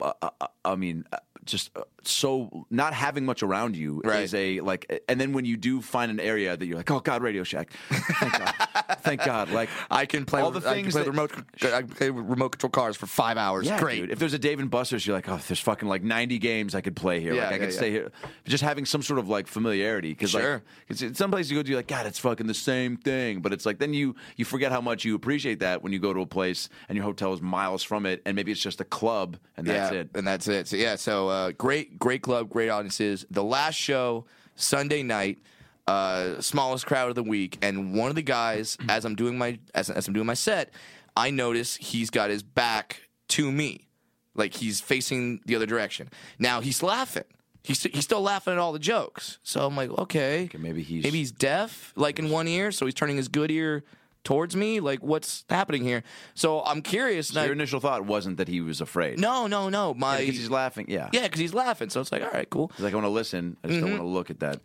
[SPEAKER 2] uh, uh, I mean, uh, just uh, so not having much around you
[SPEAKER 1] Right.
[SPEAKER 2] is a like, and then when you do find an area that you're like, oh God, Radio Shack, thank God, thank God, like
[SPEAKER 1] *laughs* I can play.
[SPEAKER 2] all the
[SPEAKER 1] I can
[SPEAKER 2] things
[SPEAKER 1] play
[SPEAKER 2] that-
[SPEAKER 1] the remote. I can play with remote control cars for five hours.
[SPEAKER 2] Yeah,
[SPEAKER 1] Great.
[SPEAKER 2] dude. If there's a Dave and Buster's, you're like, oh, there's fucking like 90 games I could play here.
[SPEAKER 1] Yeah,
[SPEAKER 2] like I
[SPEAKER 1] yeah,
[SPEAKER 2] could
[SPEAKER 1] yeah.
[SPEAKER 2] stay here. Just having some sort of like familiarity because
[SPEAKER 1] Sure.
[SPEAKER 2] like 'cause some places you go to, you're like, God, it's fucking the same thing. But it's like then you you forget how much you appreciate that when you go to a place and your hotel is miles from it, and maybe it's just a club and that's
[SPEAKER 1] yeah,
[SPEAKER 2] it.
[SPEAKER 1] And that's it. So yeah, so uh, great, great club, great audiences. The last show Sunday night, uh, smallest crowd of the week, and one of the
[SPEAKER 2] *clears throat*
[SPEAKER 1] guys, as I'm doing my as, as I'm doing my set, I notice he's got his back to me, like he's facing the other direction. Now he's laughing. He's, he's still laughing at all the jokes. So I'm like, okay,
[SPEAKER 2] maybe he's-
[SPEAKER 1] maybe he's deaf, like in one ear, so he's turning his good ear towards me. Like, what's happening here? So I'm curious. and I-
[SPEAKER 2] Your initial thought wasn't that he was afraid.
[SPEAKER 1] no, no, no. My
[SPEAKER 2] because he's laughing. Yeah.
[SPEAKER 1] yeah, Mm-hmm. because he's laughing. So it's like, all right, cool. *laughs*
[SPEAKER 2] He's like, I want to listen. I just don't want to look at that.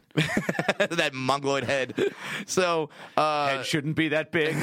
[SPEAKER 1] that mongoloid head. So uh,
[SPEAKER 2] it shouldn't be that big.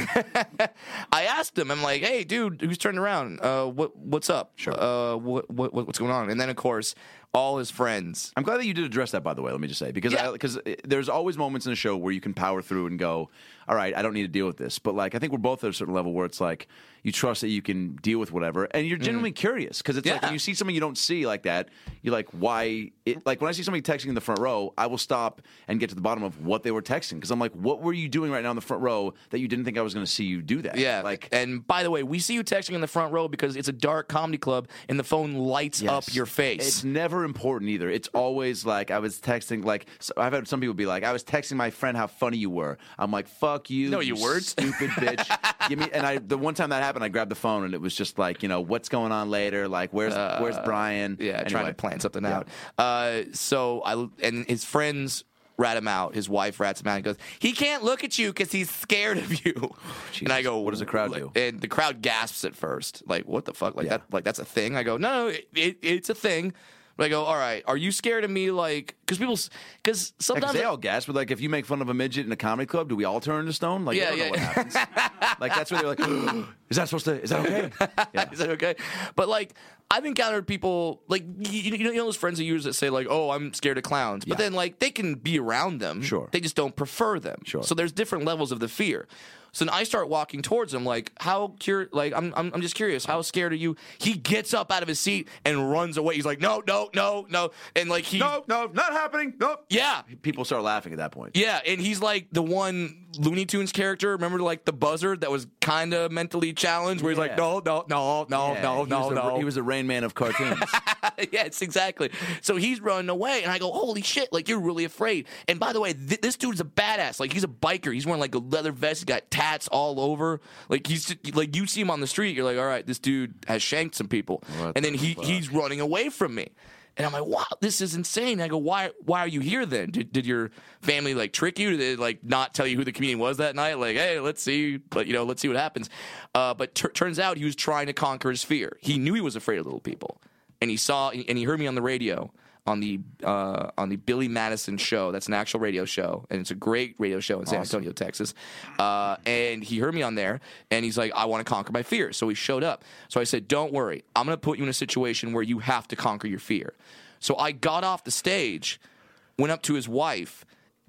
[SPEAKER 1] I asked him, I'm like, hey, dude, who's turned around? Uh, what what's up?
[SPEAKER 2] Sure.
[SPEAKER 1] Uh, what, what what's going on? And then of course, all his friends.
[SPEAKER 2] I'm glad that you did address that, by the way. Let me just say because
[SPEAKER 1] Yeah.
[SPEAKER 2] because there's always moments in a show where you can power through and go, all right, I don't need to deal with this. But like, I think we're both at a certain level where it's like you trust that you can deal with whatever, and you're genuinely curious because it's like
[SPEAKER 1] Mm. Yeah.
[SPEAKER 2] when you see something you don't see like that, you're like, why? It, like when I see somebody texting in the front row, I will stop and get to the bottom of what they were texting because I'm like, what were you doing right now in the front row that you didn't think I was going to see you do that?
[SPEAKER 1] Yeah,
[SPEAKER 2] like.
[SPEAKER 1] and by the way, we see you texting in the front row because it's a dark comedy club, and the phone lights up
[SPEAKER 2] Yes.
[SPEAKER 1] your face.
[SPEAKER 2] It's never important either. It's always like I was texting. Like so I've had some people be like, "I was texting my friend how funny you were." I'm like, "Fuck you,
[SPEAKER 1] No, you weren't.
[SPEAKER 2] stupid bitch." Give me. And I, the one time that happened, I grabbed the phone and it was just like, you know, what's going on later? Like, where's where's Brian?
[SPEAKER 1] Uh, Yeah, trying
[SPEAKER 2] Anyway.
[SPEAKER 1] to plan something
[SPEAKER 2] Yeah.
[SPEAKER 1] out. Uh, so I and his friends rat him out. His wife rats him out and goes, "He can't look at you because he's scared of
[SPEAKER 2] *laughs*
[SPEAKER 1] you." and I go,
[SPEAKER 2] Oh, What does the crowd do?
[SPEAKER 1] And the crowd gasps at first, like, "What the fuck? Like
[SPEAKER 2] Yeah.
[SPEAKER 1] that? Like that's a thing?" I go, "No, no, it, it, it's a thing." But I go, "All right, are you scared of me?" Like, because people, because
[SPEAKER 2] Yeah, 'cause
[SPEAKER 1] sometimes
[SPEAKER 2] they all gasp, but like if you make fun of a midget in a comedy club, do we all turn into stone? Like,
[SPEAKER 1] Yeah,
[SPEAKER 2] I don't know
[SPEAKER 1] yeah.
[SPEAKER 2] what happens. like that's where they're like, *gasps* is that supposed to? Is
[SPEAKER 1] *laughs*
[SPEAKER 2] that okay? Yeah.
[SPEAKER 1] Is that okay? But like, I've encountered people like you, you know you know those friends of yours that say like, "Oh, I'm scared of clowns," but
[SPEAKER 2] Yeah.
[SPEAKER 1] then like they can be around them.
[SPEAKER 2] Sure.
[SPEAKER 1] they just don't prefer them.
[SPEAKER 2] Sure.
[SPEAKER 1] So there's different levels of the fear. So then I start walking towards him, like how cur- like I'm, I'm I'm just curious, how scared are you? He gets up out of his seat and runs away. He's like, no, no, no, no, and like he,
[SPEAKER 2] No, no, not happening. Nope.
[SPEAKER 1] yeah,
[SPEAKER 2] People start laughing at that point.
[SPEAKER 1] yeah, and he's like the one Looney Tunes character. Remember, like the buzzard that was kind of mentally challenged, where he's like,
[SPEAKER 2] Yeah.
[SPEAKER 1] no, no, no, no,
[SPEAKER 2] Yeah,
[SPEAKER 1] no,
[SPEAKER 2] he
[SPEAKER 1] no,
[SPEAKER 2] was the-
[SPEAKER 1] no.
[SPEAKER 2] He was the Rain Man of cartoons.
[SPEAKER 1] *laughs* yes, exactly. So he's running away, and I go, "Holy shit! Like you're really afraid." And by the way, th- this dude's a badass. Like he's a biker. He's wearing like a leather vest. He's got tats all over. Like he's like you see him on the street, you're like, "All right, this dude has shanked some people." and then he he's running away from me. And I'm like, wow, this is insane. And I go, why, why are you here then? Did, did your family like trick you? Did they like not tell you who the comedian was that night? Like, hey, let's see, but you know, let's see what happens. Uh, but tur turns out he was trying to conquer his fear. He knew he was afraid of little people, and he saw and he heard me on the radio on the uh, on the Billy Madison show. That's an actual radio show, and it's a great radio show in San Antonio, Texas. Uh, and he heard me on there, and he's like, "I want to conquer my fear." So he showed up. So I said, "Don't worry, I'm going to put you in a situation where you have to conquer your fear." So I got off the stage, went up to his wife,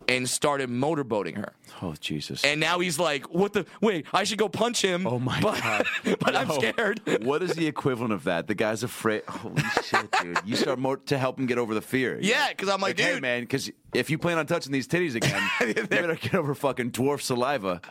[SPEAKER 1] and started motorboating her.
[SPEAKER 2] oh Jesus!
[SPEAKER 1] And now he's like, "What the? Wait, I should go punch him."
[SPEAKER 2] oh my
[SPEAKER 1] but,
[SPEAKER 2] God!
[SPEAKER 1] *laughs* but I'm
[SPEAKER 2] No.
[SPEAKER 1] scared. *laughs*
[SPEAKER 2] What is the equivalent of that? The guy's afraid. Holy shit, dude! You start more to help him get over the fear.
[SPEAKER 1] Yeah, because I'm like,
[SPEAKER 2] Like, hey
[SPEAKER 1] dude, *laughs*
[SPEAKER 2] man, because if you plan on touching these titties again, you better get over fucking dwarf saliva.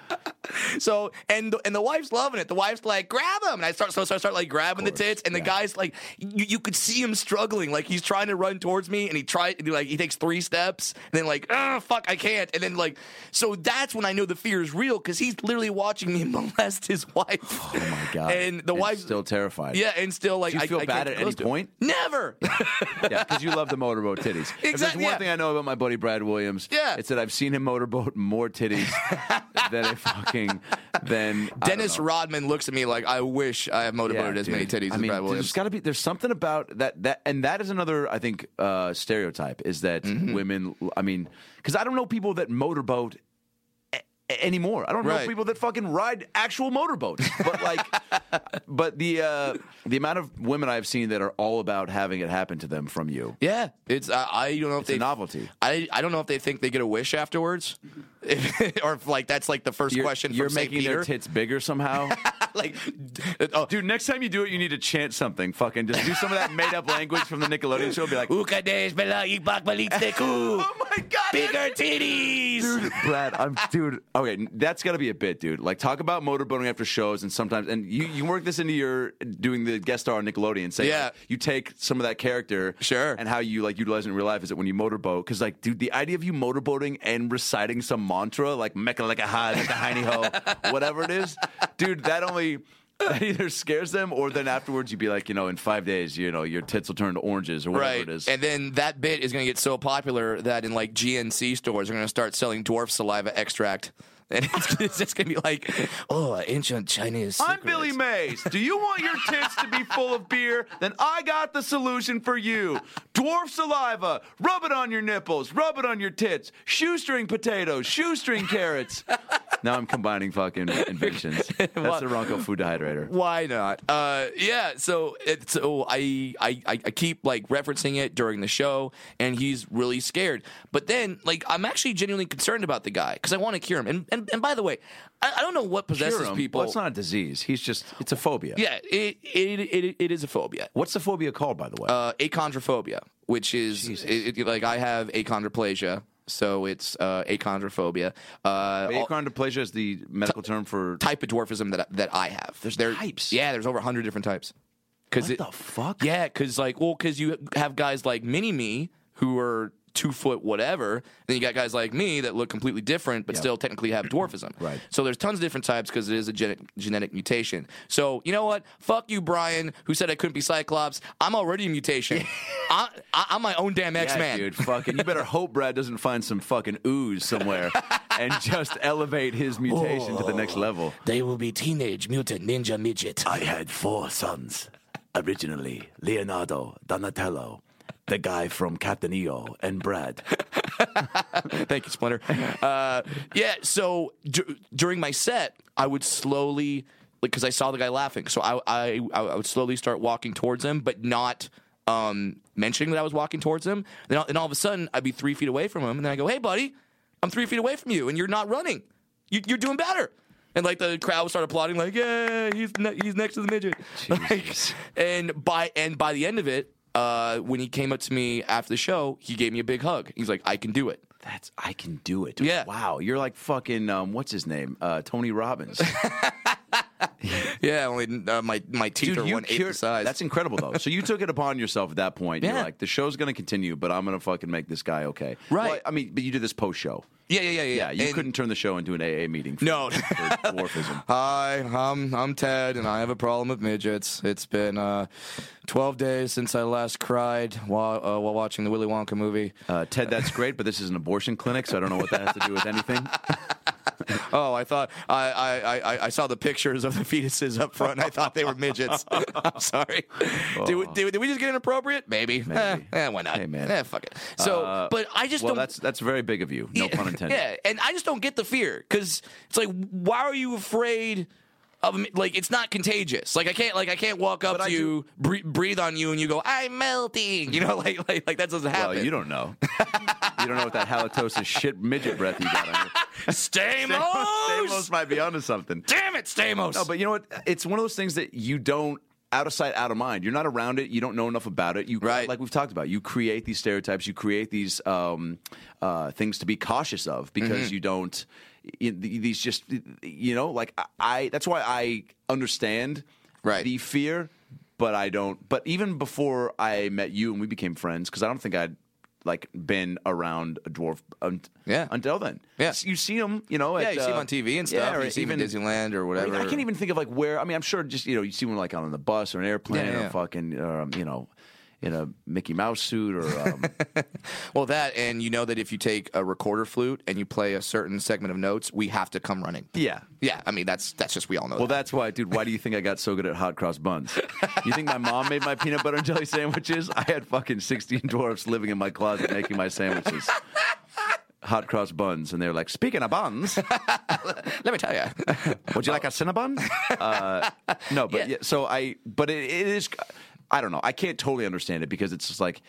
[SPEAKER 1] So and the, and the wife's loving it. The wife's like, grab him, and I start so, so I start like grabbing the
[SPEAKER 2] course,
[SPEAKER 1] tits, and the
[SPEAKER 2] yeah.
[SPEAKER 1] guy's like, you, you could see him struggling, like he's trying to run towards me, and he tried and he, like he takes three steps, and then like, ah, fuck, I can't, and then like, so that's when I know the fear is real because he's literally watching me *laughs* molest his wife. Oh my
[SPEAKER 2] God.
[SPEAKER 1] And the
[SPEAKER 2] And
[SPEAKER 1] wife's
[SPEAKER 2] still terrified.
[SPEAKER 1] Yeah, and still like,
[SPEAKER 2] Do you
[SPEAKER 1] I
[SPEAKER 2] feel
[SPEAKER 1] I
[SPEAKER 2] bad
[SPEAKER 1] can't
[SPEAKER 2] at
[SPEAKER 1] close
[SPEAKER 2] any
[SPEAKER 1] to-
[SPEAKER 2] point? *laughs*
[SPEAKER 1] Never.
[SPEAKER 2] yeah, because you love the motorboat titties. If there's
[SPEAKER 1] Exactly,
[SPEAKER 2] one
[SPEAKER 1] yeah.
[SPEAKER 2] thing I know about my buddy Brad Williams,
[SPEAKER 1] Yeah.
[SPEAKER 2] it's that I've seen him motorboat
[SPEAKER 1] *laughs*
[SPEAKER 2] more titties than a fucking than I don't
[SPEAKER 1] Dennis
[SPEAKER 2] know.
[SPEAKER 1] Rodman looks at me like, I wish I have motivated as many
[SPEAKER 2] dude.
[SPEAKER 1] titties
[SPEAKER 2] I
[SPEAKER 1] as
[SPEAKER 2] mean,
[SPEAKER 1] Brad
[SPEAKER 2] there's
[SPEAKER 1] Williams.
[SPEAKER 2] got to be there's something about that that and that is another I think uh, stereotype is that women. I mean, because I don't know people that motorboat. a- a- Anymore, I don't know
[SPEAKER 1] Right.
[SPEAKER 2] people that fucking ride actual motorboats, but *laughs* like, but the uh, the amount of women I've seen that are all about having it happen to them from you,
[SPEAKER 1] Yeah, it's I, I don't know if
[SPEAKER 2] a
[SPEAKER 1] they
[SPEAKER 2] novelty.
[SPEAKER 1] I, I don't know if they think they get a wish afterwards, *laughs* If- or if like that's like the 1st
[SPEAKER 2] You're-
[SPEAKER 1] question.
[SPEAKER 2] You're
[SPEAKER 1] from Saint
[SPEAKER 2] making their
[SPEAKER 1] Peter.
[SPEAKER 2] tits bigger somehow.
[SPEAKER 1] *laughs* like, d- oh,
[SPEAKER 2] *laughs* Dude, next time you do it, you need to chant something. Fucking just do some of that made up language from the Nickelodeon show. Be like,
[SPEAKER 1] "Ukadesh bela yibak
[SPEAKER 2] *laughs*
[SPEAKER 1] balitze ku."
[SPEAKER 2] oh my god,
[SPEAKER 1] bigger titties.
[SPEAKER 2] dude, *laughs* Brad, I'm dude. Okay, that's got to be a bit, dude. Like talk about motorboating after shows, and sometimes, and you you work this into your doing the guest star on Nickelodeon. Say,
[SPEAKER 1] Yeah.
[SPEAKER 2] like, you take some of that character,
[SPEAKER 1] Sure.
[SPEAKER 2] and how you like utilize it in real life is that when you motorboat, because like, dude, the idea of you motorboating and reciting some mantra like mecca like a high like a hiney ho, *laughs* whatever it is, dude, that only. That either scares them, or then afterwards you'd be like, you know, in five days, you know, your tits will turn to oranges or whatever
[SPEAKER 1] Right,
[SPEAKER 2] it is.
[SPEAKER 1] and then that bit is going to get so popular that in like GNC stores are going to start selling dwarf saliva extract, *laughs* and it's, it's just going to be like, oh, ancient Chinese.
[SPEAKER 2] I'm Billy
[SPEAKER 1] secrets."
[SPEAKER 2] Mays. Do you want your tits to be full of beer? Then I got the solution for you. Dwarf saliva. Rub it on your nipples. Rub it on your tits. Shoestring potatoes. Shoestring carrots. *laughs* now I'm combining fucking inventions. *laughs* That's the Ronco food dehydrator.
[SPEAKER 1] Why not? Uh, yeah. So it's so I, I I I keep like referencing it during the show, and he's really scared. But then like I'm actually genuinely concerned about the guy because I want to cure him. And and, and by the way, I, I don't know what possesses
[SPEAKER 2] Cure him.
[SPEAKER 1] people.
[SPEAKER 2] Well, it's not a disease. He's just it's a phobia.
[SPEAKER 1] yeah, it, it it it is a phobia.
[SPEAKER 2] What's the phobia called, by the way?
[SPEAKER 1] Uh, achondrophobia, which is it, it- like I have achondroplasia, so it's uh, achondrophobia. Uh,
[SPEAKER 2] oh.
[SPEAKER 1] all-
[SPEAKER 2] Achondroplasia is the medical term for
[SPEAKER 1] type of dwarfism that that I have. There's
[SPEAKER 2] types?
[SPEAKER 1] Yeah, there's over hundred different types. Because
[SPEAKER 2] what the fuck?
[SPEAKER 1] Yeah, because like, well, because you have guys like Mini Me who are two foot whatever, then you got guys like me that look completely different but still technically have dwarfism.
[SPEAKER 2] *clears throat* Right.
[SPEAKER 1] So there's tons of different types because it is a genetic genetic mutation. So you know what? Fuck you, Brian, who said I couldn't be Cyclops. I'm already a
[SPEAKER 2] *laughs*
[SPEAKER 1] mutation. I, I, I'm my own damn X
[SPEAKER 2] Yeah,
[SPEAKER 1] Man.
[SPEAKER 2] dude. Fucking, you better hope Brad doesn't find some fucking ooze somewhere and just elevate his mutation to the next level.
[SPEAKER 1] They will be teenage mutant ninja midget.
[SPEAKER 3] I had four sons. Originally, Leonardo, Donatello, the guy from Captain EO, and Brad.
[SPEAKER 1] *laughs* Thank you, Splinter. Uh, yeah, so d- during my set, I would slowly, like, because I saw the guy laughing, so I, I I would slowly start walking towards him, but not um, mentioning that I was walking towards him. Then all, and all of a sudden, I'd be three feet away from him, and then I go, "Hey, buddy, I'm three feet away from you, and you're not running. You, you're doing better." And like the crowd would start applauding, like, "Yeah, he's ne- he's next to the midget." *laughs* Like, and by and by the end of it. Uh, when he came up to me after the show, he gave me a big hug. He's like, "I can do it."
[SPEAKER 2] That's I can do it.
[SPEAKER 1] Yeah.
[SPEAKER 2] Wow. You're like fucking um, what's his name? Uh, Tony *laughs* Robbins.
[SPEAKER 1] Yeah, only uh, my my teeth are one eighth the
[SPEAKER 2] cured-
[SPEAKER 1] size.
[SPEAKER 2] That's incredible though. So you took it upon yourself at that point.
[SPEAKER 1] Yeah.
[SPEAKER 2] You're like, the show's gonna continue, but I'm gonna fucking make this guy okay.
[SPEAKER 1] Right.
[SPEAKER 2] Well, I mean, but you did this post show.
[SPEAKER 1] yeah, yeah, yeah, yeah.
[SPEAKER 2] Yeah, you
[SPEAKER 1] And-
[SPEAKER 2] couldn't turn the show into an AA meeting. For,
[SPEAKER 1] No. *laughs*
[SPEAKER 2] for dwarfism.
[SPEAKER 1] Hi, I'm I'm Ted, and I have a problem with midgets. It's been uh, 12 days since I last cried while uh, while watching the Willy Wonka movie.
[SPEAKER 2] Uh, Ted, that's great, but this is an abortion clinic, so I don't know what that has to do
[SPEAKER 1] *laughs*
[SPEAKER 2] with anything.
[SPEAKER 1] Oh, I thought I I, I- I, I saw the pictures of the *laughs* fetuses up front. And I thought they were midgets. *laughs* I'm sorry. Did, we, did, we- did we just get inappropriate? Maybe.
[SPEAKER 2] Oh. Maybe.
[SPEAKER 1] Eh, eh, why not?
[SPEAKER 2] Hey, man.
[SPEAKER 1] Eh, fuck it. So,
[SPEAKER 2] Uh,
[SPEAKER 1] but I just
[SPEAKER 2] well,
[SPEAKER 1] don't.
[SPEAKER 2] that's that's very big of you.
[SPEAKER 1] *laughs*
[SPEAKER 2] No
[SPEAKER 1] yeah,
[SPEAKER 2] pun intended.
[SPEAKER 1] Yeah, and I just don't get the fear because it's like, why are you afraid of me? Like, it's not contagious. Like, I can't, like, I can't walk up
[SPEAKER 2] But I
[SPEAKER 1] to you, bre- breathe on you, and you go, "I'm melting." *laughs* You know, like, like, like that doesn't happen.
[SPEAKER 2] Well, you don't know. you don't know what that halitosis shit midget breath you got
[SPEAKER 1] *laughs*
[SPEAKER 2] on your
[SPEAKER 1] Stamos.
[SPEAKER 2] *laughs* Stamos might be onto something.
[SPEAKER 1] Damn it, Stamos.
[SPEAKER 2] No, but you know what? It's one of those things that you don't out of sight, out of mind. You're not around it. You don't know enough about it. You
[SPEAKER 1] Right.
[SPEAKER 2] like we've talked about. You create these stereotypes. You create these um, uh, things to be cautious of because
[SPEAKER 1] Mm-hmm.
[SPEAKER 2] you don't. y- These just you know like I, I. That's why I understand
[SPEAKER 1] Right.
[SPEAKER 2] the fear, but I don't. But even before I met you and we became friends, because I don't think I'd like been around a dwarf un-
[SPEAKER 1] Yeah.
[SPEAKER 2] until then.
[SPEAKER 1] Yeah.
[SPEAKER 2] you see him. You know.
[SPEAKER 1] Yeah,
[SPEAKER 2] at,
[SPEAKER 1] you see him
[SPEAKER 2] uh,
[SPEAKER 1] on TV and
[SPEAKER 2] yeah,
[SPEAKER 1] stuff.
[SPEAKER 2] or
[SPEAKER 1] you see him
[SPEAKER 2] even-
[SPEAKER 1] in Disneyland or
[SPEAKER 2] I,
[SPEAKER 1] whatever.
[SPEAKER 2] mean, I can't even think of like where. I mean, I'm sure just you know you see one like on the bus or an airplane
[SPEAKER 1] Yeah, yeah,
[SPEAKER 2] or
[SPEAKER 1] yeah.
[SPEAKER 2] fucking um, you know in a Mickey Mouse suit or um,
[SPEAKER 1] Well, that and you know that if you take a recorder flute and you play a certain segment of notes, we have to come running.
[SPEAKER 2] *laughs* yeah.
[SPEAKER 1] Yeah, I mean that's that's just we all know.
[SPEAKER 2] Well,
[SPEAKER 1] that.
[SPEAKER 2] that's why, dude. Why do you think I got so good at hot cross buns? You think my mom made my peanut butter and jelly sandwiches? I had fucking sixteen dwarfs living in my closet making my sandwiches, hot cross buns, and they were like, "Speaking of buns,
[SPEAKER 1] Let me tell you.
[SPEAKER 2] Would you like a Cinnabon?
[SPEAKER 1] *laughs*
[SPEAKER 2] uh, no, but yeah. so I, but it, it is, I don't know. I can't totally understand it because it's just like,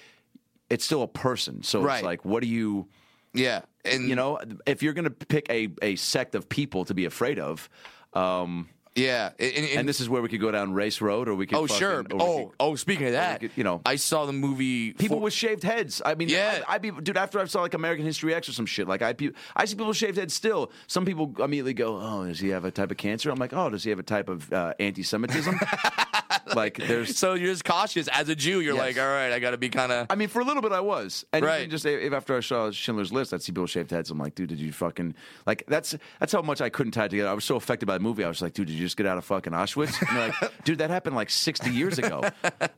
[SPEAKER 2] it's still a person. So
[SPEAKER 1] Right.
[SPEAKER 2] it's like, what do you,
[SPEAKER 1] *laughs* yeah, and
[SPEAKER 2] you know, if you're going to pick a, a sect of people to be afraid of, um,
[SPEAKER 1] yeah, and, and-
[SPEAKER 2] and this is where we could go down race road or we could,
[SPEAKER 1] oh
[SPEAKER 2] fucking-
[SPEAKER 1] sure.
[SPEAKER 2] or we
[SPEAKER 1] Oh
[SPEAKER 2] could-
[SPEAKER 1] oh, speaking of that,
[SPEAKER 2] could, you know-
[SPEAKER 1] I saw the movie.
[SPEAKER 2] People
[SPEAKER 1] for-
[SPEAKER 2] with shaved heads. I mean,
[SPEAKER 1] Yeah.
[SPEAKER 2] I, would be, dude. After I saw like American History X or some shit, like I, I see people with shaved heads still. Some people immediately go, "Oh, does he have a type of cancer?" I'm like, "Oh, does he have a type of uh,
[SPEAKER 1] *laughs*
[SPEAKER 2] anti-Semitism?" like,
[SPEAKER 1] *laughs*
[SPEAKER 2] there's
[SPEAKER 1] so you're just cautious as a Jew. You're
[SPEAKER 2] Yes.
[SPEAKER 1] like, all right, I got to be kind of.
[SPEAKER 2] I mean, for a little bit, I was, and
[SPEAKER 1] Right.
[SPEAKER 2] even just a- if after I saw Schindler's List, I'd see people with shaved heads. I'm like, dude, did you fucking like? That's that's how much I couldn't tie it together. I was so affected by the movie. I was like, dude, did you just get out of fucking Auschwitz? And they're
[SPEAKER 1] *laughs*
[SPEAKER 2] like, dude, that happened like 60 years ago.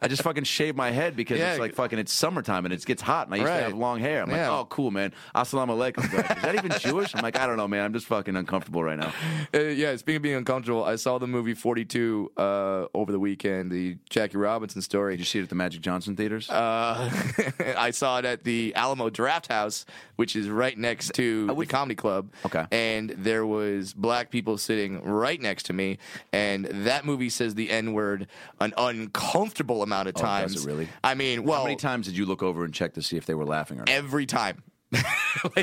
[SPEAKER 2] I just fucking shaved my head because
[SPEAKER 1] Yeah.
[SPEAKER 2] it's like fucking it's summertime and it gets hot, and I used
[SPEAKER 1] Right.
[SPEAKER 2] to have long hair. I'm
[SPEAKER 1] Yeah.
[SPEAKER 2] like, oh, cool, man. Assalamu alaikum. They're Like, Is that even Jewish? I'm like, I don't know, man. I'm just fucking uncomfortable right now.
[SPEAKER 1] *laughs* Uh, yeah, speaking of being uncomfortable, I saw the movie 42 uh, over the weekend, the Jackie Robinson story.
[SPEAKER 2] Did you see it at the Magic Johnson theaters?
[SPEAKER 1] Uh, *laughs* I saw it at the Alamo Draft House, which is right next to the comedy club.
[SPEAKER 2] uh, Okay.
[SPEAKER 1] and there was black people sitting right next to me, and that movie says the N word an uncomfortable amount of
[SPEAKER 2] Oh, does
[SPEAKER 1] times.
[SPEAKER 2] it really?
[SPEAKER 1] I mean, well,
[SPEAKER 2] How many times did you look over and check to see if they were laughing or not?
[SPEAKER 1] every time.
[SPEAKER 2] I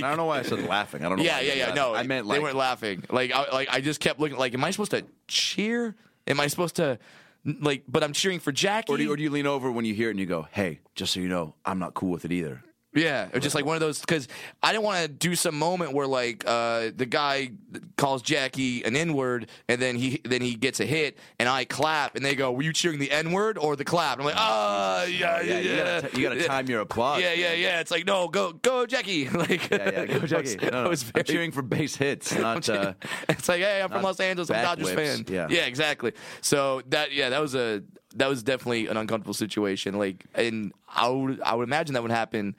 [SPEAKER 2] don't know why I said laughing. I don't know.
[SPEAKER 1] Yeah,
[SPEAKER 2] why Oh, I
[SPEAKER 1] yeah,
[SPEAKER 2] did
[SPEAKER 1] yeah.
[SPEAKER 2] that.
[SPEAKER 1] No,
[SPEAKER 2] I meant
[SPEAKER 1] they
[SPEAKER 2] like
[SPEAKER 1] weren't laughing. Like, I, like I just kept looking. Like, am I supposed to cheer? Am I supposed to? Like, but I'm cheering for Jackie.
[SPEAKER 2] Or do, you, or do you lean over when you hear it and you go, hey, just so you know, I'm not cool with it either?
[SPEAKER 1] Yeah, or just like one of those because I didn't want to do some moment where like uh, the guy calls Jackie an N word and then he then he gets a hit and I clap and they go, "Were you cheering the N word or the clap?" And I'm like, "Ah, yeah, yeah,
[SPEAKER 2] Yeah, you
[SPEAKER 1] yeah."
[SPEAKER 2] gotta, t- you gotta
[SPEAKER 1] yeah.
[SPEAKER 2] time your applause.
[SPEAKER 1] Yeah, yeah, yeah. It's like no, go, go, Jackie. *laughs* Like,
[SPEAKER 2] yeah, yeah. Go, Jackie.
[SPEAKER 1] I was,
[SPEAKER 2] No, no.
[SPEAKER 1] I was
[SPEAKER 2] I'm
[SPEAKER 1] very
[SPEAKER 2] cheering for
[SPEAKER 1] *laughs*
[SPEAKER 2] base hits, not. Uh,
[SPEAKER 1] it's like, hey, I'm from
[SPEAKER 2] not
[SPEAKER 1] Los Angeles. I'm a
[SPEAKER 2] back
[SPEAKER 1] Dodgers fan.
[SPEAKER 2] whips. Yeah.
[SPEAKER 1] exactly. So that, yeah, that was a that was definitely an uncomfortable situation. Like, and I would I would imagine that would happen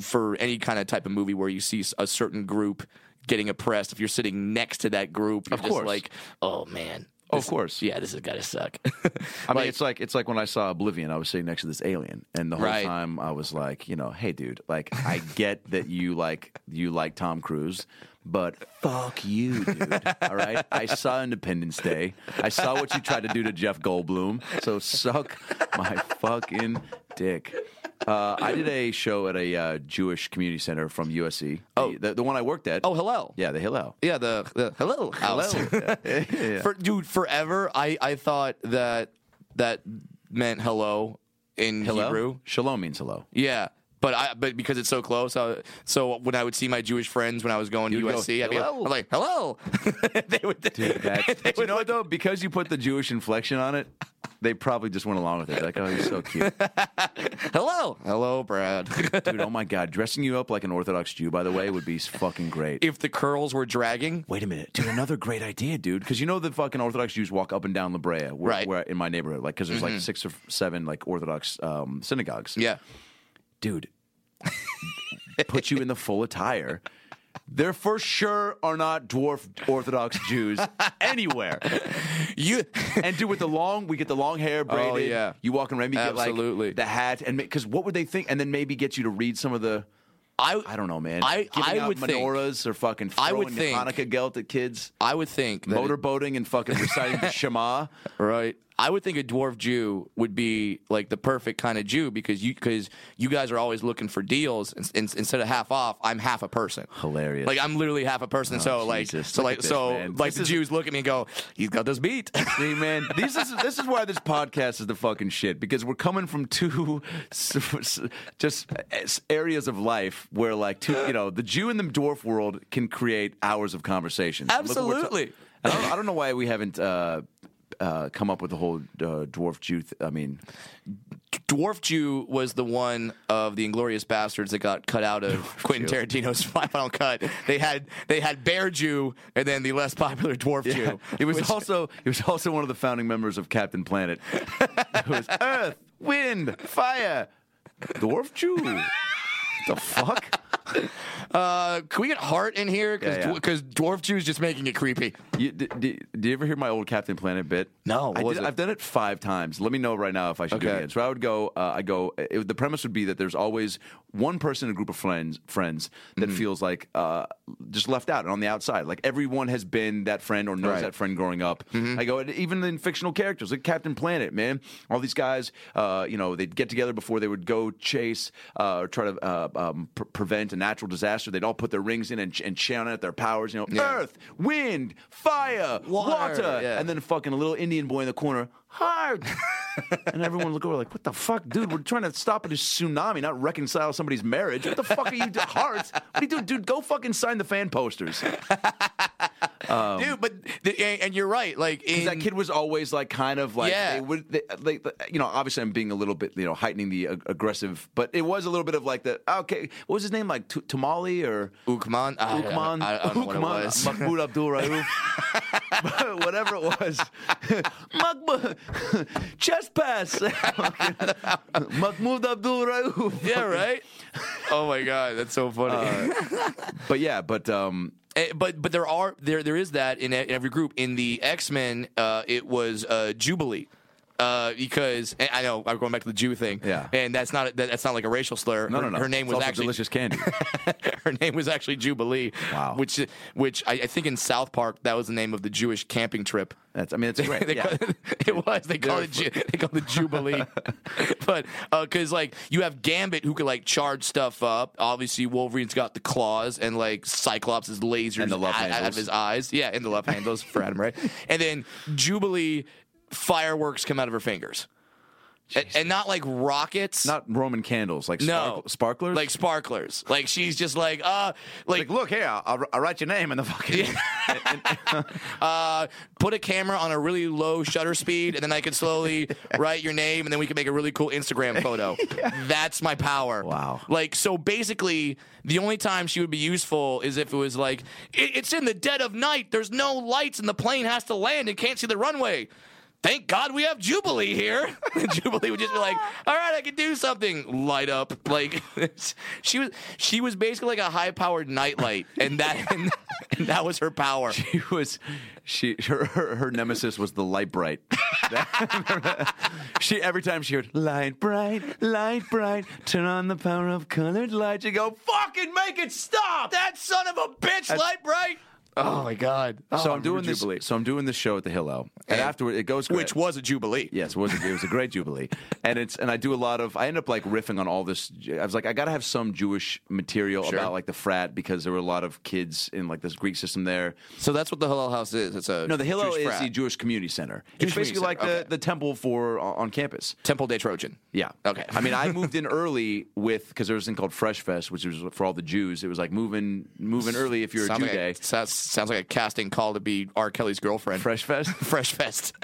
[SPEAKER 1] for any kind of type of movie where you see a certain group getting oppressed. If you're sitting next to that group, you're
[SPEAKER 2] Of
[SPEAKER 1] just
[SPEAKER 2] course.
[SPEAKER 1] like, oh man.
[SPEAKER 2] Of
[SPEAKER 1] This-
[SPEAKER 2] course.
[SPEAKER 1] yeah, this has got to suck. *laughs*
[SPEAKER 2] I mean, it's like it's like when I saw Oblivion, I was sitting next to this alien, and the whole
[SPEAKER 1] Right.
[SPEAKER 2] time I was like, you know, hey, dude, like I get that you like you like Tom Cruise, but fuck you, dude.
[SPEAKER 1] *laughs*
[SPEAKER 2] All right, I saw Independence Day. I saw what you tried to do to Jeff Goldblum. So suck my fucking dick. Uh, I did a show at a uh, Jewish community center from USC. Oh, the, the one I worked at.
[SPEAKER 1] oh, hello.
[SPEAKER 2] yeah, the Hillel.
[SPEAKER 1] Yeah, the, the hello, house. *laughs*
[SPEAKER 2] Hello. Yeah, yeah, yeah.
[SPEAKER 1] For, dude, forever I, I thought that that meant hello in
[SPEAKER 2] hello.
[SPEAKER 1] Hebrew.
[SPEAKER 2] Shalom means hello.
[SPEAKER 1] Yeah. But I but because it's so close, I, so when I would see my Jewish friends when I was going to
[SPEAKER 2] You would go,
[SPEAKER 1] USC, I'd be like,
[SPEAKER 2] "Hello."
[SPEAKER 1] I'm like, "Hello." *laughs* they would,
[SPEAKER 2] *laughs* Dude, that's,
[SPEAKER 1] they
[SPEAKER 2] but you
[SPEAKER 1] would
[SPEAKER 2] know
[SPEAKER 1] look
[SPEAKER 2] what though? Because you put the Jewish inflection on it, they probably just went along with it. Like, oh, you're so cute,
[SPEAKER 1] hello, hello, Brad.
[SPEAKER 2] dude. Oh my god, dressing you up like an Orthodox Jew, by the way, would be fucking
[SPEAKER 1] *laughs*
[SPEAKER 2] great.
[SPEAKER 1] if the curls were dragging,
[SPEAKER 2] Wait a minute, dude. Another great idea, dude. Because you know the fucking Orthodox Jews walk up and down La Brea, where,
[SPEAKER 1] Right.
[SPEAKER 2] where in my neighborhood, like, because there's like six or seven like Orthodox um, synagogues.
[SPEAKER 1] yeah,
[SPEAKER 2] dude, put you in the full attire. There for sure are not dwarf Orthodox Jews anywhere.
[SPEAKER 1] you *laughs*
[SPEAKER 2] and dude, with the long, we get the long hair braided.
[SPEAKER 1] Oh, yeah.
[SPEAKER 2] you walk around, maybe get
[SPEAKER 1] Absolutely.
[SPEAKER 2] like the hat, and because what would they think? And then maybe get you to read some of the.
[SPEAKER 1] I
[SPEAKER 2] I don't know, man.
[SPEAKER 1] I-
[SPEAKER 2] Giving
[SPEAKER 1] I
[SPEAKER 2] out
[SPEAKER 1] would think-
[SPEAKER 2] menorahs or fucking
[SPEAKER 1] I
[SPEAKER 2] throwing
[SPEAKER 1] would think-
[SPEAKER 2] Hanukkah guilt at kids,
[SPEAKER 1] I would think that it- *laughs*
[SPEAKER 2] motorboating and fucking reciting the Shema.
[SPEAKER 1] right. I would think a dwarf Jew would be like the perfect kind of Jew because you because you guys are always looking for deals and, and, instead of half off, I'm half a person.
[SPEAKER 2] Hilarious. Oh,
[SPEAKER 1] Like I'm literally half a person. so like
[SPEAKER 2] Jesus.
[SPEAKER 1] so
[SPEAKER 2] Look
[SPEAKER 1] like
[SPEAKER 2] at this,
[SPEAKER 1] so
[SPEAKER 2] man.
[SPEAKER 1] like
[SPEAKER 2] This
[SPEAKER 1] the Jews look at me and go, he's got this beat. *laughs*
[SPEAKER 2] See, man, this is this is why this podcast is the fucking shit because we're coming from two s- s- just s- areas of life where, like, two, you know, the Jew and the dwarf world can create hours of conversation. Look what we're ta-
[SPEAKER 1] Absolutely.
[SPEAKER 2] I don't, I don't know why we haven't uh, uh, come up with the whole uh, dwarf Jew. Th- I mean,
[SPEAKER 1] Dwarf Jew was the one of the Inglorious Bastards that got cut out of Quentin Tarantino's *laughs* final cut. They had they had Bear Jew and then the less popular Dwarf Jew.
[SPEAKER 2] He was also he was also one of the founding members of Captain Planet. it was Earth, Wind, Fire, Dwarf Jew. the fuck?
[SPEAKER 1] Uh, can we get Hart in here? Because
[SPEAKER 2] Yeah, yeah.
[SPEAKER 1] Dwarf Jew's just making it creepy.
[SPEAKER 2] You, d d- did you ever hear my old Captain Planet bit?
[SPEAKER 1] No, what
[SPEAKER 2] I
[SPEAKER 1] was it?
[SPEAKER 2] I've done it five times. Let me know right now if I should do it
[SPEAKER 1] Okay.
[SPEAKER 2] again. So I would go. Uh, I go. It, the premise would be that there's always one person in a group of friends friends
[SPEAKER 1] Mm-hmm.
[SPEAKER 2] that feels like uh, just left out and on the outside. Like everyone has been that friend or knows
[SPEAKER 1] Right. Mm-hmm.
[SPEAKER 2] that friend growing up. I go and even in fictional characters like Captain Planet, man. All these guys, uh, you know, they'd get together before they would go chase uh, or try to uh, um, pre- prevent a natural disaster. They'd all put their rings in and, ch- and shout out their powers. You know,
[SPEAKER 1] Yeah.
[SPEAKER 2] Earth, wind, fire, water,
[SPEAKER 1] yeah.
[SPEAKER 2] and then fucking a little Indian boy in the corner,
[SPEAKER 1] *laughs*
[SPEAKER 2] hard. and everyone look over like, what the fuck, dude? We're trying to stop a tsunami, not reconcile somebody's marriage. What the fuck are you doing? Hearts? What are you doing, dude? Go fucking sign the fan posters.
[SPEAKER 1] Dude, but the, and, and you're right. Like in,
[SPEAKER 2] Because Um, that kid was always like, kind of like,
[SPEAKER 1] Yeah.
[SPEAKER 2] they would, they, like, you know, obviously I'm being a little bit, you know, heightening the ag- aggressive, but it was a little bit of like the, okay, what was his name? Like T- Tamale or?
[SPEAKER 1] Ukman, I,
[SPEAKER 2] Ukman,
[SPEAKER 1] I, I don't know what it
[SPEAKER 2] Ukman, *laughs*
[SPEAKER 1] was.
[SPEAKER 2] Mahmoud Abdul Rauf, whatever it was. *laughs* Mahmoud, *laughs* chest pass. *laughs* Mahmoud Abdul Rauf.
[SPEAKER 1] yeah, right. oh my god, that's so funny.
[SPEAKER 2] Uh, But yeah, but um,
[SPEAKER 1] Eh, but but there are there there is that in e- every group. In the X Men, uh, it was uh, Jubilee. Uh, because and I know I'm going back to the Jew thing,
[SPEAKER 2] Yeah.
[SPEAKER 1] and that's not that, that's not like a racial slur.
[SPEAKER 2] no,
[SPEAKER 1] her,
[SPEAKER 2] no, no.
[SPEAKER 1] Her name was
[SPEAKER 2] It's also
[SPEAKER 1] actually *laughs*
[SPEAKER 2] delicious candy.
[SPEAKER 1] her name was actually Jubilee.
[SPEAKER 2] Wow.
[SPEAKER 1] which which I, I think in South Park that was the name of the Jewish camping trip.
[SPEAKER 2] That's, I mean, it's great.
[SPEAKER 1] they
[SPEAKER 2] yeah.
[SPEAKER 1] call it, it *laughs* was they call it ju- they call it
[SPEAKER 2] *laughs*
[SPEAKER 1] jubilee, but because like you have Gambit who could like charge stuff up. Obviously, Wolverine's got the claws and like Cyclops is lasers
[SPEAKER 2] And the love
[SPEAKER 1] out- out, of
[SPEAKER 2] handles.
[SPEAKER 1] his eyes. Yeah, and the
[SPEAKER 2] *laughs*
[SPEAKER 1] love handles for Adam Ray. And then Jubilee fireworks come out of her fingers, and, and not like rockets.
[SPEAKER 2] Not Roman candles, like
[SPEAKER 1] no
[SPEAKER 2] spark- sparklers.
[SPEAKER 1] like sparklers. Like she's just like uh like,
[SPEAKER 2] Like, look here, I'll, I'll write your name in the fucking.
[SPEAKER 1] uh, put a camera on a really low shutter speed, and then I could
[SPEAKER 2] *laughs*
[SPEAKER 1] slowly write your name, and then we could make a really cool Instagram photo. That's my power.
[SPEAKER 2] Wow.
[SPEAKER 1] Like, so basically, the only time she would be useful is if it was like, "I- it's in the dead of night, there's no lights, and the plane has to land and can't see the runway. Thank God we have Jubilee here. *laughs* And Jubilee would just
[SPEAKER 2] *laughs*
[SPEAKER 1] be like, "All right, I can do something." Light up, like *laughs* she was. She was basically like a high-powered nightlight, and that *laughs* and, that was her power.
[SPEAKER 2] *laughs* She was, she *laughs* her, her, her nemesis was the light bright. *laughs* she every time she heard light bright, light bright, turn on the power of colored light. She go fucking make it stop.
[SPEAKER 1] That son of a bitch, light bright. Oh my god.
[SPEAKER 2] so I'm doing this. So I'm doing this show at the Hillel, and,
[SPEAKER 1] And-
[SPEAKER 2] afterward it goes.
[SPEAKER 1] which was a jubilee.
[SPEAKER 2] Yes, it was a, it was a great jubilee, and it's and I do a lot of I end up like riffing on all this. I was like, I gotta have some Jewish material about like the frat because there were a lot of kids in like this Greek system there.
[SPEAKER 1] So that's what the Hillel House is. It's a
[SPEAKER 2] No, the Hillel
[SPEAKER 1] Jewish
[SPEAKER 2] is
[SPEAKER 1] frat.
[SPEAKER 2] the Jewish community center.
[SPEAKER 1] Jewish
[SPEAKER 2] it's basically
[SPEAKER 1] community
[SPEAKER 2] like
[SPEAKER 1] center,
[SPEAKER 2] the,
[SPEAKER 1] okay.
[SPEAKER 2] the temple for uh, on on campus.
[SPEAKER 1] Temple de Trojan.
[SPEAKER 2] Yeah.
[SPEAKER 1] Okay. *laughs*
[SPEAKER 2] I mean, I moved in early with because there was this thing called Fresh Fest, which was for all the Jews. It was like moving moving early if you're a
[SPEAKER 1] sounds
[SPEAKER 2] Jew
[SPEAKER 1] like
[SPEAKER 2] day.
[SPEAKER 1] a, sounds, sounds like a casting call to be R. Kelly's girlfriend.
[SPEAKER 2] Fresh
[SPEAKER 1] *laughs*
[SPEAKER 2] Fest.
[SPEAKER 1] Fresh Fest.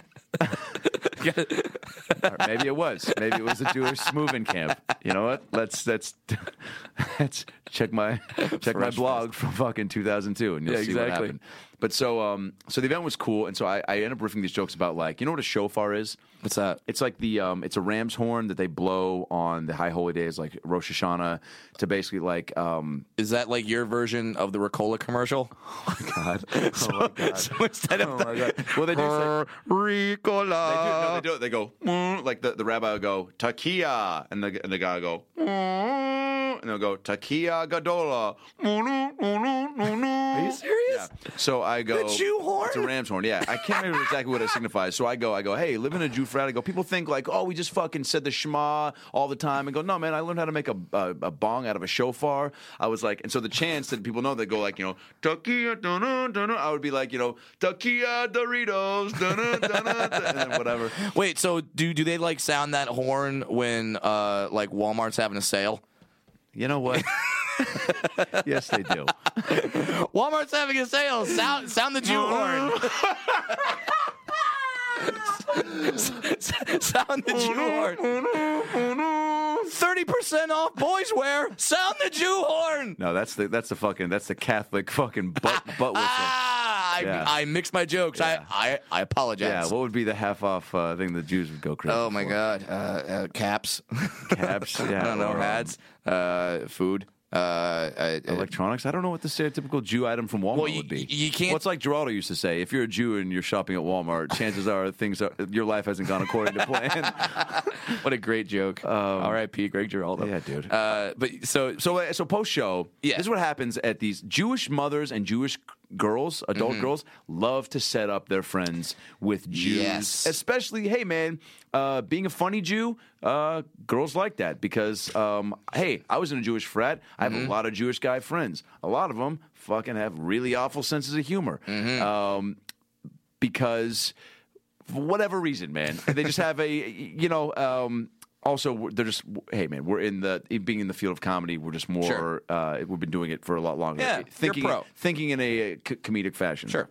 [SPEAKER 2] Or maybe it was. Maybe it was a Jewish moving camp. You know what? Let's let's *laughs* let's check my check my
[SPEAKER 1] Fresh
[SPEAKER 2] blog from fucking 2002, and you'll
[SPEAKER 1] Yeah,
[SPEAKER 2] see what
[SPEAKER 1] exactly.
[SPEAKER 2] happened. But so um so the event was cool, and so I, I end up riffing these jokes about like you know what a shofar is.
[SPEAKER 1] What's that?
[SPEAKER 2] It's like the um, it's a ram's horn that they blow on the high holy days, like Rosh Hashanah, to basically like um,
[SPEAKER 1] Is that like your version of the Ricola *laughs* commercial?
[SPEAKER 2] *laughs* God. Oh my God.
[SPEAKER 1] So instead of
[SPEAKER 2] Oh my God. Well, they do say- They do,
[SPEAKER 1] Ricola.
[SPEAKER 2] no, they do it. They go "Mm," like the, the rabbi will go takia, and the and the guy will go "Mm," and they'll go takia gadola. Are
[SPEAKER 1] serious?
[SPEAKER 2] Yeah. So I go.
[SPEAKER 1] The Jew horn?
[SPEAKER 2] It's a ram's horn. Yeah. I can't remember exactly what it signifies. So I go. I go. Hey, living in a Jew frat. I go. People think like, oh, we just fucking said the Shema all the time. And go, no, man. I learned how to make a, a, a bong out of a shofar. I was like, and so the chants that people know, they go like, you know, taquilla, dun-dun, dun-dun. I would be like, you know, taquilla Doritos, dun-dun, dun-dun, dun-dun, and then whatever.
[SPEAKER 1] Wait, so do do they like sound that horn when uh like Walmart's having a sale?
[SPEAKER 2] You know what? *laughs* yes, they do.
[SPEAKER 1] Walmart's having a sale. Sound sound the *laughs* Jew horn. sound the *laughs* Jew horn. Thirty percent off boys wear. Sound the Jew horn.
[SPEAKER 2] No, that's the that's the fucking that's the Catholic fucking butt butt whistle.
[SPEAKER 1] Ah, I,
[SPEAKER 2] Yeah.
[SPEAKER 1] I mixed my jokes. I, I I
[SPEAKER 2] Yeah,
[SPEAKER 1] apologize.
[SPEAKER 2] what would be the half off uh, thing the Jews would go crazy?
[SPEAKER 1] oh my
[SPEAKER 2] for?
[SPEAKER 1] god. Uh, uh, caps. *laughs*
[SPEAKER 2] Caps, yeah,
[SPEAKER 1] I don't know.
[SPEAKER 2] or, um,
[SPEAKER 1] Hats. Uh, food. Uh, uh, uh,
[SPEAKER 2] Electronics. I don't know what the stereotypical Jew item from Walmart
[SPEAKER 1] Well, you-
[SPEAKER 2] would be.
[SPEAKER 1] you can't-
[SPEAKER 2] Well, it's like Geraldo used to say: if you're a Jew and you're shopping at Walmart, chances are things are, your life hasn't gone according to
[SPEAKER 1] *laughs*
[SPEAKER 2] plan.
[SPEAKER 1] what a great joke. R.I.P. Greg Giraldo.
[SPEAKER 2] Um, yeah, dude.
[SPEAKER 1] Uh, but so
[SPEAKER 2] so uh, so post show,
[SPEAKER 1] Yeah.
[SPEAKER 2] this is what happens at these Jewish mothers and Jewish girls, adult
[SPEAKER 1] Mm-hmm.
[SPEAKER 2] girls, love to set up their friends with Jews,
[SPEAKER 1] Yes.
[SPEAKER 2] especially. Hey, man, uh, being a funny Jew, uh, girls like that because um, hey, I was in a Jewish frat. I have
[SPEAKER 1] Mm-hmm.
[SPEAKER 2] a lot of Jewish guy friends. A lot of them fucking have really awful senses of humor. Um, because for whatever reason, man, they just have a you know. Um, also, we're- they're just hey, man, we're in the being in the field of comedy. We're just more.
[SPEAKER 1] Sure.
[SPEAKER 2] Uh, we've been doing it for a lot longer.
[SPEAKER 1] Yeah, you're
[SPEAKER 2] thinking
[SPEAKER 1] pro.
[SPEAKER 2] thinking in a uh, co- comedic fashion.
[SPEAKER 1] Sure.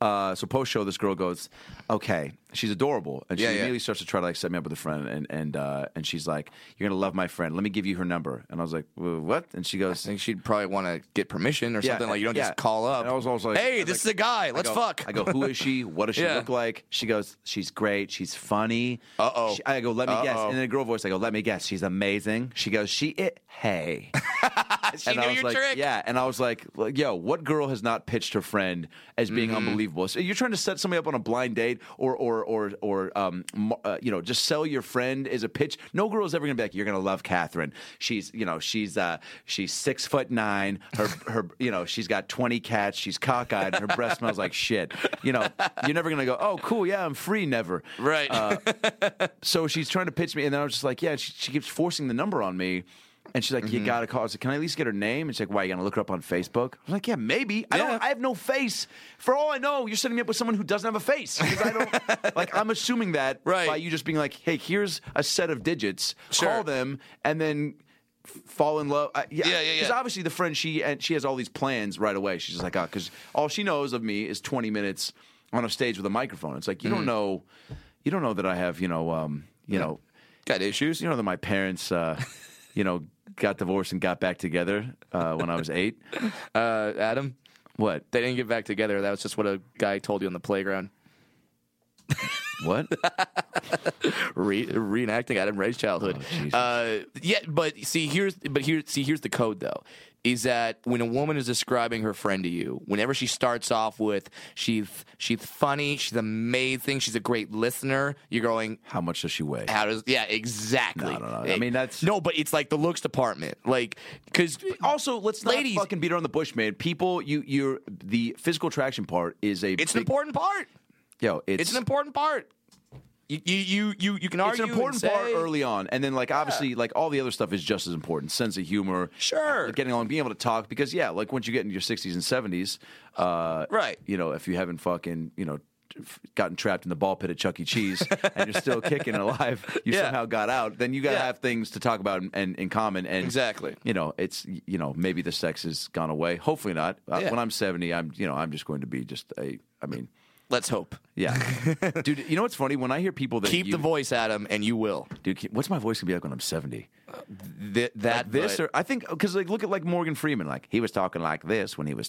[SPEAKER 2] Uh, so post show, this girl goes, "Okay, she's adorable," and she
[SPEAKER 1] Yeah, yeah.
[SPEAKER 2] immediately starts to try to like set me up with a friend, and and uh, and she's like, "You're gonna love my friend. Let me give you her number." And I was like, "Wh- "What?" And she goes,
[SPEAKER 1] I think she'd probably want to get permission or
[SPEAKER 2] Yeah,
[SPEAKER 1] something like you don't
[SPEAKER 2] yeah.
[SPEAKER 1] just call up.
[SPEAKER 2] And I was always like- I
[SPEAKER 1] "Hey,
[SPEAKER 2] was
[SPEAKER 1] this
[SPEAKER 2] like-
[SPEAKER 1] is the guy. Let's
[SPEAKER 2] I go-
[SPEAKER 1] fuck."
[SPEAKER 2] I go, who is she? What does she
[SPEAKER 1] Yeah.
[SPEAKER 2] look like? She goes, she's great. She's funny.
[SPEAKER 1] Uh-oh.
[SPEAKER 2] She- I go, let me guess.
[SPEAKER 1] Uh-oh.
[SPEAKER 2] And in a girl voice, I go, let me guess. She's amazing. She goes, she it. Hey.
[SPEAKER 1] *laughs* she
[SPEAKER 2] and
[SPEAKER 1] knew
[SPEAKER 2] I was
[SPEAKER 1] your
[SPEAKER 2] like,
[SPEAKER 1] trick.
[SPEAKER 2] yeah. And I was like, like, yo, what girl has not pitched her friend as being unbelievable? So you're trying to set somebody up on a blind date, or or or or um, mo- uh, you know, just sell your friend as a pitch. No girl is ever gonna be like, you're gonna love Catherine. She's you know, she's uh, she's six foot nine. Her her you know, she's got 20 cats. She's cockeyed. And her breath smells like shit. You know, you're never gonna go, oh, cool, yeah, I'm free. Never
[SPEAKER 1] *laughs* Right.
[SPEAKER 2] uh, so she's trying to pitch me, and then I was just like, yeah. She, she keeps forcing the number on me, and she's like,
[SPEAKER 1] Mm-hmm.
[SPEAKER 2] you gotta call. I was like, can I at least get her name? And she's like, why you gonna look her up on Facebook? I was like, yeah, maybe. I
[SPEAKER 1] Yeah.
[SPEAKER 2] don't. I have no face. For all I know, you're setting me up with someone who doesn't have a face. 'Cause
[SPEAKER 1] *laughs*
[SPEAKER 2] I don't. like I'm assuming that
[SPEAKER 1] Right.
[SPEAKER 2] by you just being like, hey, here's a set of digits.
[SPEAKER 1] Sure.
[SPEAKER 2] Call them, and then. f- Fall in love, I, yeah,
[SPEAKER 1] Yeah, yeah,
[SPEAKER 2] Because
[SPEAKER 1] yeah.
[SPEAKER 2] obviously the friend she and she has all these plans right away. She's just like, oh, because all she knows of me is 20 minutes on a stage with a microphone. It's like you
[SPEAKER 1] Mm.
[SPEAKER 2] don't know, you don't know that I have, you know, um, you know,
[SPEAKER 1] Got issues.
[SPEAKER 2] you know that my parents, uh, you know, got divorced and got back together uh, when I was eight.
[SPEAKER 1] uh, Adam,
[SPEAKER 2] What?
[SPEAKER 1] they didn't get back together. That was just what a guy told you on the playground.
[SPEAKER 2] What?
[SPEAKER 1] Re- reenacting Adam Ray's childhood.
[SPEAKER 2] Oh, Jesus.
[SPEAKER 1] uh, yeah, but see here's but here see here's the code though. Is that when a woman is describing her friend to you? Whenever she starts off with she's she's funny, she's amazing, she's a great listener. You're going,
[SPEAKER 2] How much does she weigh?
[SPEAKER 1] How does? Yeah, exactly.
[SPEAKER 2] No, no, no. I mean, that's-
[SPEAKER 1] no, but it's like the looks department, like because
[SPEAKER 2] Also, let's not
[SPEAKER 1] Ladies-
[SPEAKER 2] fucking beat around the bush, man. People, you, you're the physical attraction part is a.
[SPEAKER 1] it's an
[SPEAKER 2] big-
[SPEAKER 1] important part.
[SPEAKER 2] Yo, it's,
[SPEAKER 1] It's an important part. You you you you, you can
[SPEAKER 2] it's
[SPEAKER 1] argue.
[SPEAKER 2] an important
[SPEAKER 1] and
[SPEAKER 2] part
[SPEAKER 1] say-
[SPEAKER 2] early on, and then like obviously like all the other stuff is just as important. Sense of humor,
[SPEAKER 1] Sure.
[SPEAKER 2] uh, getting on, being able to talk because yeah, like once you get into your sixties and seventies, uh,
[SPEAKER 1] Right.
[SPEAKER 2] You know, if you haven't fucking you know f- gotten trapped in the ball pit at Chuck
[SPEAKER 1] *laughs*
[SPEAKER 2] E. Cheese and you're still kicking and alive, you
[SPEAKER 1] Yeah.
[SPEAKER 2] somehow got out. Then you got to
[SPEAKER 1] Yeah.
[SPEAKER 2] have things to talk about and, and in common. And
[SPEAKER 1] Exactly.
[SPEAKER 2] you know, it's you know maybe the sex has gone away. Hopefully not. Uh,
[SPEAKER 1] Yeah.
[SPEAKER 2] When I'm seventy, I'm you know I'm just going to be just a. I mean.
[SPEAKER 1] Let's hope.
[SPEAKER 2] Yeah,
[SPEAKER 1] *laughs*
[SPEAKER 2] dude. You know what's funny? When I hear people that
[SPEAKER 1] Keep
[SPEAKER 2] you,
[SPEAKER 1] the voice, Adam, and you will.
[SPEAKER 2] dude ke- what's my voice gonna be like when i'm 70
[SPEAKER 1] Th- that
[SPEAKER 2] this
[SPEAKER 1] but-
[SPEAKER 2] or i think because like look at like morgan freeman like he was talking like this when he was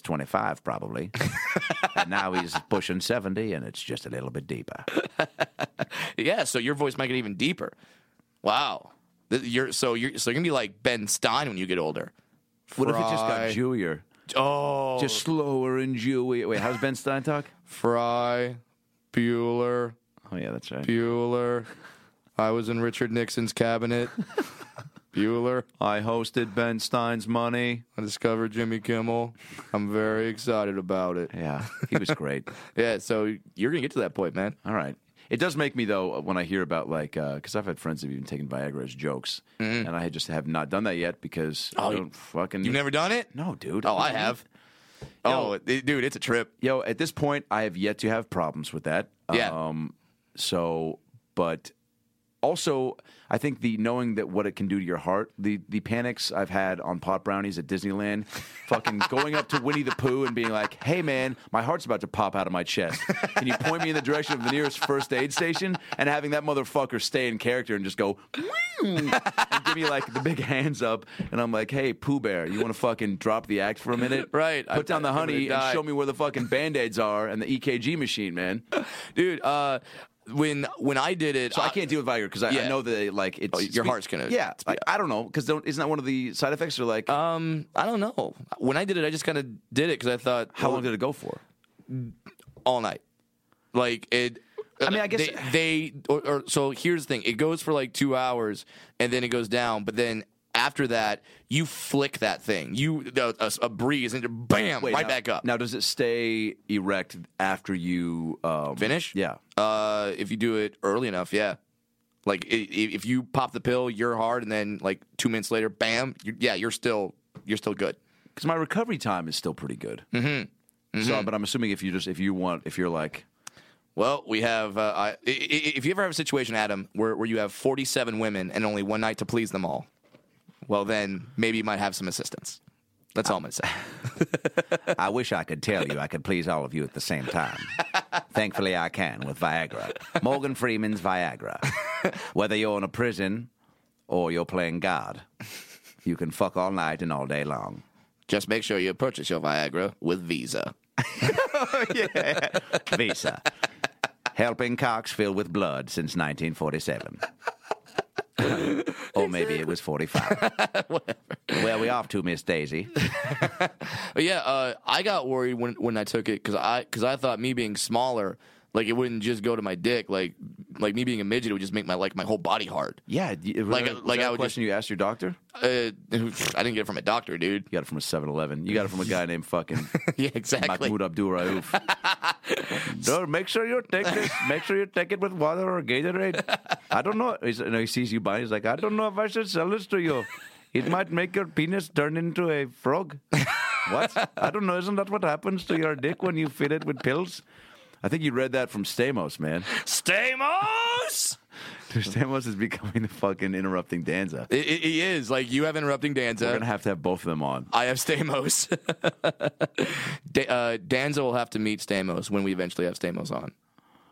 [SPEAKER 1] *laughs*
[SPEAKER 2] 25 probably and now he's pushing 70 and it's just a little bit deeper
[SPEAKER 1] yeah. So your voice might get even deeper. Wow. Th- You're so you're so you're gonna be like Ben Stein when you get older.
[SPEAKER 2] what if it just got
[SPEAKER 1] Fry.
[SPEAKER 2] jewier
[SPEAKER 1] Oh,
[SPEAKER 2] just slower and jewy wait how's ben stein talk
[SPEAKER 1] Fry, Bueller,
[SPEAKER 2] oh yeah that's right *laughs*
[SPEAKER 1] Bueller. I was in Richard Nixon's cabinet. Bueller.
[SPEAKER 2] I hosted Ben Stein's Money.
[SPEAKER 1] I discovered Jimmy Kimmel. I'm very excited about it.
[SPEAKER 2] Yeah, he was great. *laughs*
[SPEAKER 1] Yeah, so you're gonna get to that point, man.
[SPEAKER 2] All right. It does make me though when I hear about like because I've had friends who've even taken Viagra as jokes, and I just have not done that yet because
[SPEAKER 1] Mm-hmm. Oh,
[SPEAKER 2] I
[SPEAKER 1] you-
[SPEAKER 2] don't fucking
[SPEAKER 1] You've never done it?
[SPEAKER 2] no dude.
[SPEAKER 1] Oh, I have. Oh,
[SPEAKER 2] Yo.
[SPEAKER 1] it- dude, it's a trip.
[SPEAKER 2] Yo, at this point, I have yet to have problems with that.
[SPEAKER 1] Yeah.
[SPEAKER 2] Um, so, but also, I think the knowing that what it can do to your heart, the the panics I've had on pot brownies at Disneyland,
[SPEAKER 1] *laughs*
[SPEAKER 2] fucking going up to Winnie the Pooh and being like, "Hey, man, my heart's about to pop out of my chest. Can you point me in the direction of the nearest first aid station?" And having that motherfucker stay in character and just go. "Meow," and Give me like the big hands up, and I'm like, "Hey, Pooh Bear, you want to fucking drop the act for a minute?
[SPEAKER 1] Right. I-
[SPEAKER 2] Put down
[SPEAKER 1] I-
[SPEAKER 2] the
[SPEAKER 1] I'm gonna
[SPEAKER 2] honey and
[SPEAKER 1] die.
[SPEAKER 2] show me where the fucking band-aids are and the EKG machine, man. So
[SPEAKER 1] Dude, uh when when I did it
[SPEAKER 2] I can't deal with Viagra because I, I
[SPEAKER 1] Yeah.
[SPEAKER 2] know that like it's
[SPEAKER 1] Oh, your heart's gonna-
[SPEAKER 2] yeah. Like, I don't know because isn't that one of the side effects? Or like
[SPEAKER 1] Um, I don't know. When I did it, I just kind of did it because I thought
[SPEAKER 2] how long did it go for?
[SPEAKER 1] all night, like it. uh,
[SPEAKER 2] I mean, I guess-
[SPEAKER 1] they, they or, or so. Here's the thing: it goes for like two hours, and then it goes down. But then after that, you flick that thing. You a, a- a breeze, and just bam,
[SPEAKER 2] Wait,
[SPEAKER 1] right
[SPEAKER 2] now-
[SPEAKER 1] back up.
[SPEAKER 2] Now does it stay erect after you um,
[SPEAKER 1] Finish.
[SPEAKER 2] Yeah.
[SPEAKER 1] Uh, if you do it early enough, yeah. Like i- i- if you pop the pill, you're hard, and then like two minutes later, bam, you yeah, you're still you're still good.
[SPEAKER 2] Because my recovery time is still pretty good. Mm-hmm. So, but I'm assuming if you just if you want if you're like
[SPEAKER 1] Well, we have. Uh, I, i- i- if you ever have a situation, Adam, where, where you have 47 women and only one night to please them all, well, then maybe you might have some assistance. That's all I'm going to say.
[SPEAKER 4] I wish I could tell you I could please all of you at the same
[SPEAKER 1] *laughs*
[SPEAKER 4] time. Thankfully, I can with Viagra. Morgan Freeman's Viagra. Whether you're in a prison or you're playing God, you can fuck all night and all day long.
[SPEAKER 1] Just make sure you purchase your Viagra with Visa.
[SPEAKER 2] *laughs*
[SPEAKER 4] Visa. Helping cocks filled with blood since 1947. or maybe it was 45.
[SPEAKER 2] *laughs*
[SPEAKER 4] Where are we off to, Miss Daisy?
[SPEAKER 1] But yeah, uh, I got worried when when I took it because I because I thought me being smaller, like it wouldn't just go to my dick, like like me being a midget it would just make my like my whole body hard.
[SPEAKER 2] yeah, d- was
[SPEAKER 1] Like-
[SPEAKER 2] that- was
[SPEAKER 1] like
[SPEAKER 2] that
[SPEAKER 1] I
[SPEAKER 2] a
[SPEAKER 1] would
[SPEAKER 2] question you asked your doctor.
[SPEAKER 1] Uh, *laughs* I didn't get it from a doctor, dude. *laughs*
[SPEAKER 2] You got it from a 7-Eleven. You got it from a guy named *laughs* fucking
[SPEAKER 1] yeah, exactly.
[SPEAKER 2] Mahmoud Abdul Rauf.
[SPEAKER 1] *laughs*
[SPEAKER 4] No, make sure you take this. Make sure you take it with water or Gatorade. I don't know. He's, no, he sees you buying. He's like, I don't know if I should sell this to you. It might make your penis turn into a frog. what? I don't know. Isn't that what happens to your dick when you fill it with pills?
[SPEAKER 2] I think you read that from Stamos, man.
[SPEAKER 1] Stamos.
[SPEAKER 2] Dude, *laughs* Stamos is becoming the fucking interrupting Danza.
[SPEAKER 1] He- He he is like you have interrupting Danza.
[SPEAKER 2] We're gonna have to have both of them on.
[SPEAKER 1] I have Stamos. *laughs* da- uh, Danza will have to meet Stamos when we eventually have Stamos on,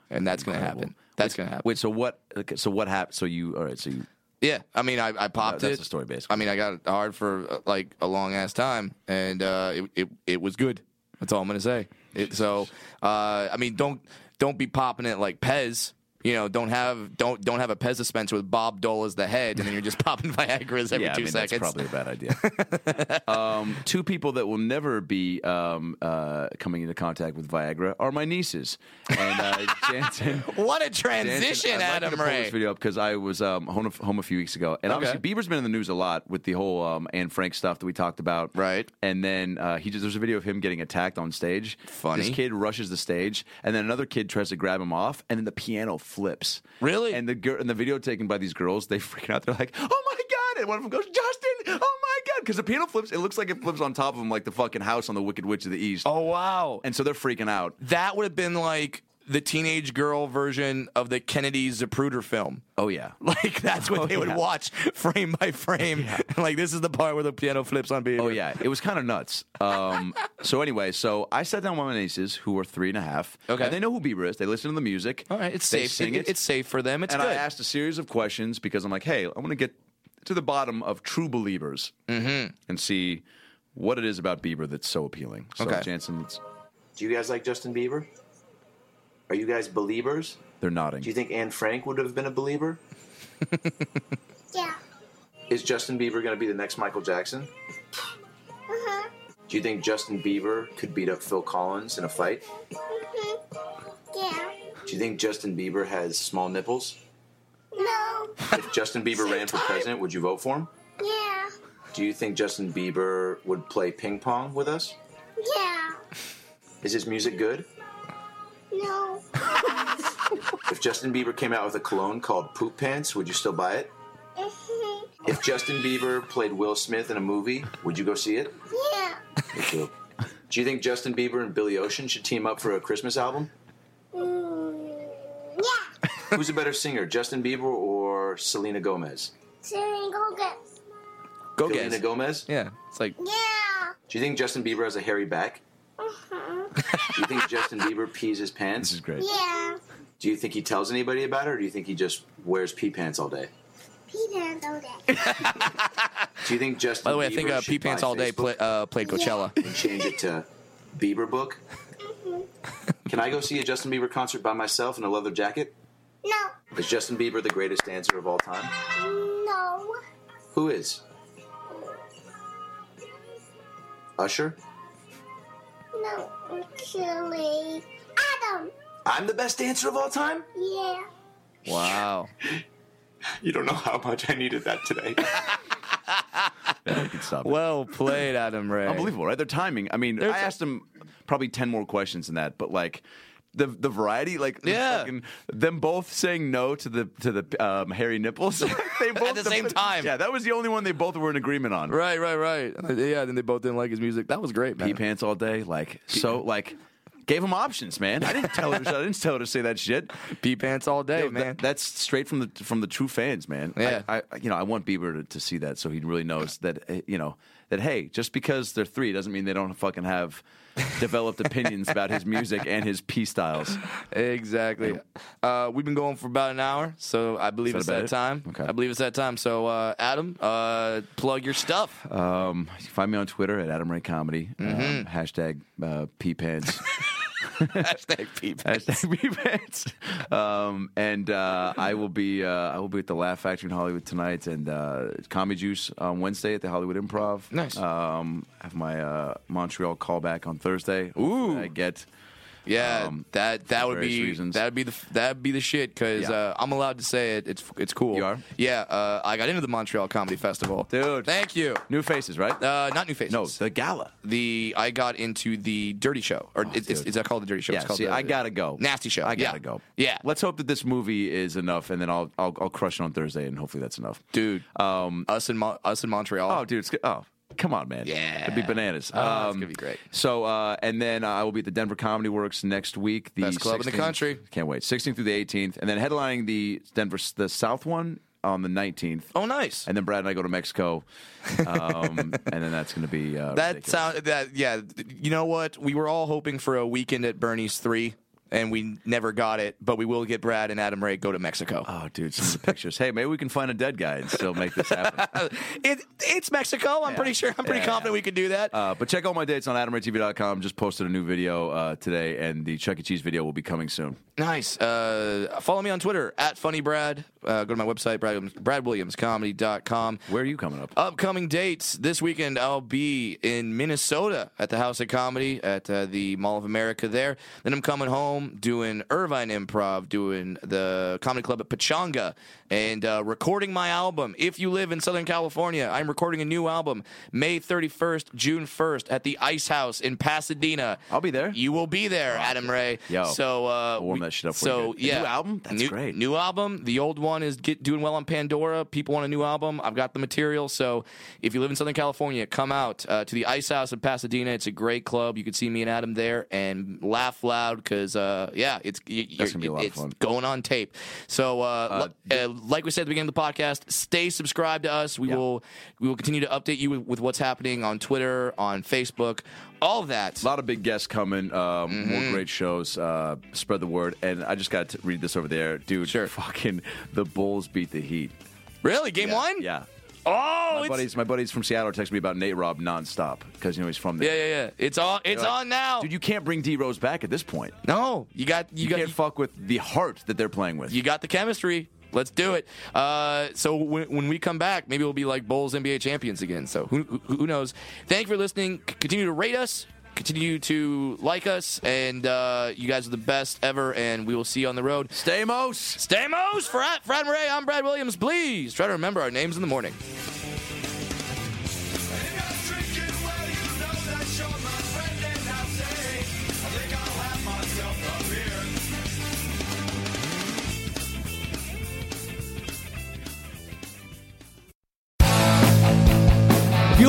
[SPEAKER 1] and that's going to happen. That's going to happen.
[SPEAKER 2] Wait, so what? okay, So what happened? So you all right? So you
[SPEAKER 1] yeah, I mean, I, I
[SPEAKER 4] uh,
[SPEAKER 1] popped
[SPEAKER 2] that's
[SPEAKER 1] it.
[SPEAKER 2] the story, basically.
[SPEAKER 1] I mean, I got it hard for uh, like a long ass time, and uh, it, it it was good. That's all I'm going to say. It, so, uh, I mean, don't don't be popping it like Pez. You know, don't have don't don't have a Pez dispenser with Bob Dole as the head, and then you're just *laughs* popping Viagra's every
[SPEAKER 2] yeah, I
[SPEAKER 1] two
[SPEAKER 2] mean,
[SPEAKER 1] seconds.
[SPEAKER 2] that's probably a bad idea.
[SPEAKER 1] *laughs*
[SPEAKER 2] um, two people that will never be um, uh, coming into contact with Viagra are my nieces
[SPEAKER 1] *laughs*
[SPEAKER 2] and uh, Jansen.
[SPEAKER 1] what a
[SPEAKER 2] Jansen,
[SPEAKER 1] transition,
[SPEAKER 2] I'd like you to
[SPEAKER 1] Adam
[SPEAKER 2] pull
[SPEAKER 1] Ray.
[SPEAKER 2] this video up because I was um, home, a- home a few weeks ago, and
[SPEAKER 1] Okay.
[SPEAKER 2] obviously Bieber's been in the news a lot with the whole um, Anne Frank stuff that we talked about,
[SPEAKER 1] Right.
[SPEAKER 2] And then uh, he just, there's a video of him getting attacked on stage.
[SPEAKER 1] Funny.
[SPEAKER 2] This kid rushes the stage, and then another kid tries to grab him off, and then the piano flips.
[SPEAKER 1] Really?
[SPEAKER 2] And the girl and the video taken by these girls, they *laughs* freaking out. They're like, "Oh my god!" And one of them goes, "Justin, oh my god!" Because the piano flips. It looks like it flips on top of him, like the fucking house on the Wicked Witch of the East.
[SPEAKER 1] Oh wow!
[SPEAKER 2] And so they're freaking out.
[SPEAKER 1] that would have been like the teenage girl version of the Kennedy Zapruder film. *laughs*
[SPEAKER 2] Oh *laughs* yeah.
[SPEAKER 1] Like that's what they would
[SPEAKER 2] Oh, yeah.
[SPEAKER 1] watch frame by frame. *laughs* like this is the part where the piano flips on Bieber.
[SPEAKER 2] Oh yeah, it was kind of nuts. Um, so anyway, so I sat down with my nieces who are three and a half.
[SPEAKER 1] Okay.
[SPEAKER 2] and they know who Bieber is. They listen to the music.
[SPEAKER 1] All right, it's
[SPEAKER 2] They
[SPEAKER 1] safe.
[SPEAKER 2] sing
[SPEAKER 1] It- it-
[SPEAKER 2] it.
[SPEAKER 1] It's safe for them. It's
[SPEAKER 2] and
[SPEAKER 1] good.
[SPEAKER 2] I asked a series of questions because I'm like, hey, I want to get to the bottom of true believers
[SPEAKER 1] Mm-hmm.
[SPEAKER 2] and see what it is about Bieber that's so appealing. So
[SPEAKER 1] Okay.
[SPEAKER 2] Jansen, it's,
[SPEAKER 5] Do you guys like Justin Bieber? Are you guys believers?
[SPEAKER 2] they're nodding.
[SPEAKER 5] Do you think Anne Frank would have been a believer?
[SPEAKER 6] Yeah.
[SPEAKER 5] Is Justin Bieber going to be the next Michael Jackson?
[SPEAKER 6] Uh-huh.
[SPEAKER 5] Do you think Justin Bieber could beat up Phil Collins in a fight?
[SPEAKER 6] hmm Yeah.
[SPEAKER 5] Do you think Justin Bieber has small nipples?
[SPEAKER 6] No.
[SPEAKER 5] If Justin Bieber ran for president, would you vote for him?
[SPEAKER 6] Yeah.
[SPEAKER 5] Do you think Justin Bieber would play ping pong with us?
[SPEAKER 6] Yeah.
[SPEAKER 5] Is his music good?
[SPEAKER 6] No.
[SPEAKER 5] If Justin Bieber came out with a cologne called Poop Pants, would you still buy it?
[SPEAKER 6] Mhm.
[SPEAKER 5] If Justin Bieber played Will Smith in a movie, would you go see it?
[SPEAKER 6] yeah.
[SPEAKER 5] Do you think Justin Bieber and Billy Ocean should team up for a Christmas album?
[SPEAKER 6] Mm, yeah.
[SPEAKER 5] Who's a better singer, Justin Bieber or Selena Gomez?
[SPEAKER 6] Siri go get.
[SPEAKER 1] Go
[SPEAKER 5] Selena
[SPEAKER 1] get
[SPEAKER 5] Gomez?
[SPEAKER 1] Yeah, it's like
[SPEAKER 6] Yeah.
[SPEAKER 5] Do you think Justin Bieber has a hairy back?
[SPEAKER 6] Mhm.
[SPEAKER 5] Do you think Justin Bieber pees his pants?
[SPEAKER 2] great.
[SPEAKER 6] Yeah.
[SPEAKER 5] Do you think he tells anybody about it, or do you think he just wears pee pants all day?
[SPEAKER 6] Peanut all day.
[SPEAKER 5] Do you think Justin?
[SPEAKER 1] By the way, I
[SPEAKER 5] Bieber
[SPEAKER 1] think uh,
[SPEAKER 5] should
[SPEAKER 1] Pee Pants
[SPEAKER 5] buy
[SPEAKER 1] All Day
[SPEAKER 5] Facebook
[SPEAKER 1] play, uh, played Coachella.
[SPEAKER 2] *laughs*
[SPEAKER 5] and change it to Bieber Book. Can I go see a Justin Bieber concert by myself in a leather jacket?
[SPEAKER 6] No.
[SPEAKER 5] Is Justin Bieber the greatest dancer of all time?
[SPEAKER 6] No.
[SPEAKER 5] Who is? Usher?
[SPEAKER 6] No. Actually, Adam.
[SPEAKER 5] I'm the best dancer of all time?
[SPEAKER 6] Yeah.
[SPEAKER 1] Wow.
[SPEAKER 5] You don't know how much I needed that today.
[SPEAKER 2] Stop it.
[SPEAKER 1] Well played, Adam Ray.
[SPEAKER 2] Unbelievable, right? Their timing. I mean,
[SPEAKER 1] There's-
[SPEAKER 2] I asked them probably ten more questions than that, but like the the variety, like the
[SPEAKER 1] Yeah.
[SPEAKER 2] fucking- them both saying no to the to the um, hairy nipples. *laughs* they both
[SPEAKER 1] the
[SPEAKER 2] *laughs*
[SPEAKER 1] same time.
[SPEAKER 2] Yeah, that was the only one they both were in agreement on.
[SPEAKER 1] Right, right, right. Yeah, then they both didn't like his music. That was great, man.
[SPEAKER 2] Pee pants all day, like so, like gave them options, man. I didn't tell her. I didn't tell her to say that shit.
[SPEAKER 1] Pee pants all day,
[SPEAKER 2] Yo, tha-
[SPEAKER 1] man.
[SPEAKER 2] that's straight from the from the true fans, man. I-
[SPEAKER 1] Yeah.
[SPEAKER 2] I, you know, I want Bieber to, to see that so he really knows that eh, you know that hey, just because they're three doesn't mean they don't fucking have developed opinions about his music and his P styles.
[SPEAKER 1] exactly. Uh, we've been going for about an hour, so I believe
[SPEAKER 2] that
[SPEAKER 1] it's
[SPEAKER 2] about
[SPEAKER 1] that
[SPEAKER 2] it?
[SPEAKER 1] time.
[SPEAKER 2] Okay.
[SPEAKER 1] I believe it's that time. So, uh, Adam, uh, plug your stuff.
[SPEAKER 2] Um, you can find me on Twitter at Adam Ray Comedy.
[SPEAKER 1] Mm-hmm.
[SPEAKER 2] Um, hashtag uh, P
[SPEAKER 1] *laughs*
[SPEAKER 2] pants.
[SPEAKER 1] Hashtag pee pants.
[SPEAKER 2] Hashtag Bee Pants. Um, and uh, I will be uh, I will be at the Laugh Factory in Hollywood tonight and uh, Comedy Juice on Wednesday at the Hollywood Improv.
[SPEAKER 1] Nice.
[SPEAKER 2] Um, have my uh, Montreal callback on Thursday. Ooh, I get.
[SPEAKER 1] Yeah,
[SPEAKER 2] Um,
[SPEAKER 1] that that
[SPEAKER 2] for
[SPEAKER 1] would
[SPEAKER 2] various
[SPEAKER 1] be
[SPEAKER 2] reasons.
[SPEAKER 1] that'd be the that'd be the shit because
[SPEAKER 2] Yeah.
[SPEAKER 1] uh, I'm allowed to say it. It's it's cool.
[SPEAKER 2] You are?
[SPEAKER 1] Yeah, uh, I got into the Montreal Comedy Festival,
[SPEAKER 2] Dude.
[SPEAKER 1] Thank you.
[SPEAKER 2] New faces, right?
[SPEAKER 1] Uh, not new faces.
[SPEAKER 2] no, the gala.
[SPEAKER 1] the I got into the Dirty Show, or it's, it's,
[SPEAKER 2] Oh, dude.
[SPEAKER 1] is that called the Dirty Show?
[SPEAKER 2] Yeah,
[SPEAKER 1] it's called
[SPEAKER 2] see,
[SPEAKER 1] the,
[SPEAKER 2] I gotta go.
[SPEAKER 1] Nasty Show.
[SPEAKER 2] I gotta
[SPEAKER 1] Yeah.
[SPEAKER 2] go.
[SPEAKER 1] Yeah,
[SPEAKER 2] Let's hope that this movie is enough, and then I'll I'll, I'll crush it on Thursday, and hopefully that's enough.
[SPEAKER 1] dude.
[SPEAKER 2] Um,
[SPEAKER 1] us in Mon us in Montreal.
[SPEAKER 2] Oh, dude, it's good. Oh, come on, man.
[SPEAKER 1] Yeah.
[SPEAKER 2] It'd be bananas. Um,
[SPEAKER 1] Oh, it's gonna be great.
[SPEAKER 2] So, uh, and then I will be at the Denver Comedy Works next week. The
[SPEAKER 1] Best club in the
[SPEAKER 2] 16th
[SPEAKER 1] country.
[SPEAKER 2] Can't wait. 16th through the 18th. And then headlining the Denver, the South one on the 19th.
[SPEAKER 1] oh, nice.
[SPEAKER 2] And then Brad and I go to Mexico.
[SPEAKER 1] *laughs*
[SPEAKER 2] Um, and then that's going to be. Uh,
[SPEAKER 1] that
[SPEAKER 2] ridiculous.
[SPEAKER 1] sound that yeah. You know what? We were all hoping for a weekend at Bernie's three, and we never got it. But we will get Brad and Adam Ray go to Mexico.
[SPEAKER 2] Oh, dude, some of the pictures. Hey, maybe we can find a dead guy and still make this happen.
[SPEAKER 1] *laughs* it, it's Mexico. I'm pretty sure. I'm pretty
[SPEAKER 2] Yeah.
[SPEAKER 1] confident we could do that.
[SPEAKER 2] Uh, but check all my dates on adamraytv.com. Just posted a new video uh, today, and the Chuck E. Cheese video will be coming soon.
[SPEAKER 1] nice. Uh, follow me on Twitter at FunnyBrad. Uh, go to my website, Brad, BradWilliamsComedy.com.
[SPEAKER 2] Where are you coming up?
[SPEAKER 1] Upcoming dates this weekend, I'll be in Minnesota at the House of Comedy at uh, the Mall of America there. Then I'm coming home doing Irvine Improv, doing the comedy club at Pachanga, and uh, recording my album. If you live in Southern California, I'm recording a new album May 31st, June 1st at the Ice House in Pasadena.
[SPEAKER 2] I'll be there.
[SPEAKER 1] You will be there, Adam Ray.
[SPEAKER 2] Yo,
[SPEAKER 1] so uh,
[SPEAKER 2] warm
[SPEAKER 1] we-
[SPEAKER 2] that shit up for
[SPEAKER 1] So
[SPEAKER 2] you. The
[SPEAKER 1] yeah,
[SPEAKER 2] new album? That's
[SPEAKER 1] New-
[SPEAKER 2] great.
[SPEAKER 1] New album. The old one is get, doing well on Pandora. People want a new album. I've got the material. So if you live in Southern California, come out uh, to the Ice House in Pasadena. It's a great club. You can see me and Adam there and laugh loud because uh, yeah, it's y- y-
[SPEAKER 2] That's gonna be a lot of
[SPEAKER 1] it's
[SPEAKER 2] fun.
[SPEAKER 1] going on tape. So uh, li- uh, like we said at the beginning of the podcast, stay subscribed to us. We
[SPEAKER 2] Yeah.
[SPEAKER 1] will we will continue to update you with, with what's happening on Twitter, on Facebook, all that.
[SPEAKER 2] A lot of big guests coming. Um, More
[SPEAKER 1] Mm-hmm.
[SPEAKER 2] great shows. Uh, spread the word. And I just got to read this over there, dude.
[SPEAKER 1] Sure.
[SPEAKER 2] Fucking the Bulls beat the Heat.
[SPEAKER 1] Really, game one?
[SPEAKER 2] Yeah.
[SPEAKER 1] Oh,
[SPEAKER 2] My
[SPEAKER 1] it's
[SPEAKER 2] buddies, my buddies from Seattle text me about Nate Rob nonstop because you know he's from
[SPEAKER 1] Yeah,
[SPEAKER 2] there.
[SPEAKER 1] yeah, yeah. It's on. It's on now.
[SPEAKER 2] Dude, you can't bring D Rose back at this point.
[SPEAKER 1] no, you got you,
[SPEAKER 2] You,
[SPEAKER 1] got
[SPEAKER 2] can't fuck with the heart that they're playing with.
[SPEAKER 1] you got the chemistry. Let's do it. Uh, so when, when we come back, maybe we'll be like Bulls NBA champions again. So who, who who knows? Thank you for listening. C- continue to rate us. Continue to like us, and uh, you guys are the best ever. And we will see you on the road.
[SPEAKER 2] Stamos.
[SPEAKER 1] Stamos, Frat, Frat Murray. I'm Brad Williams. Please try to remember our names in the morning.
[SPEAKER 7] you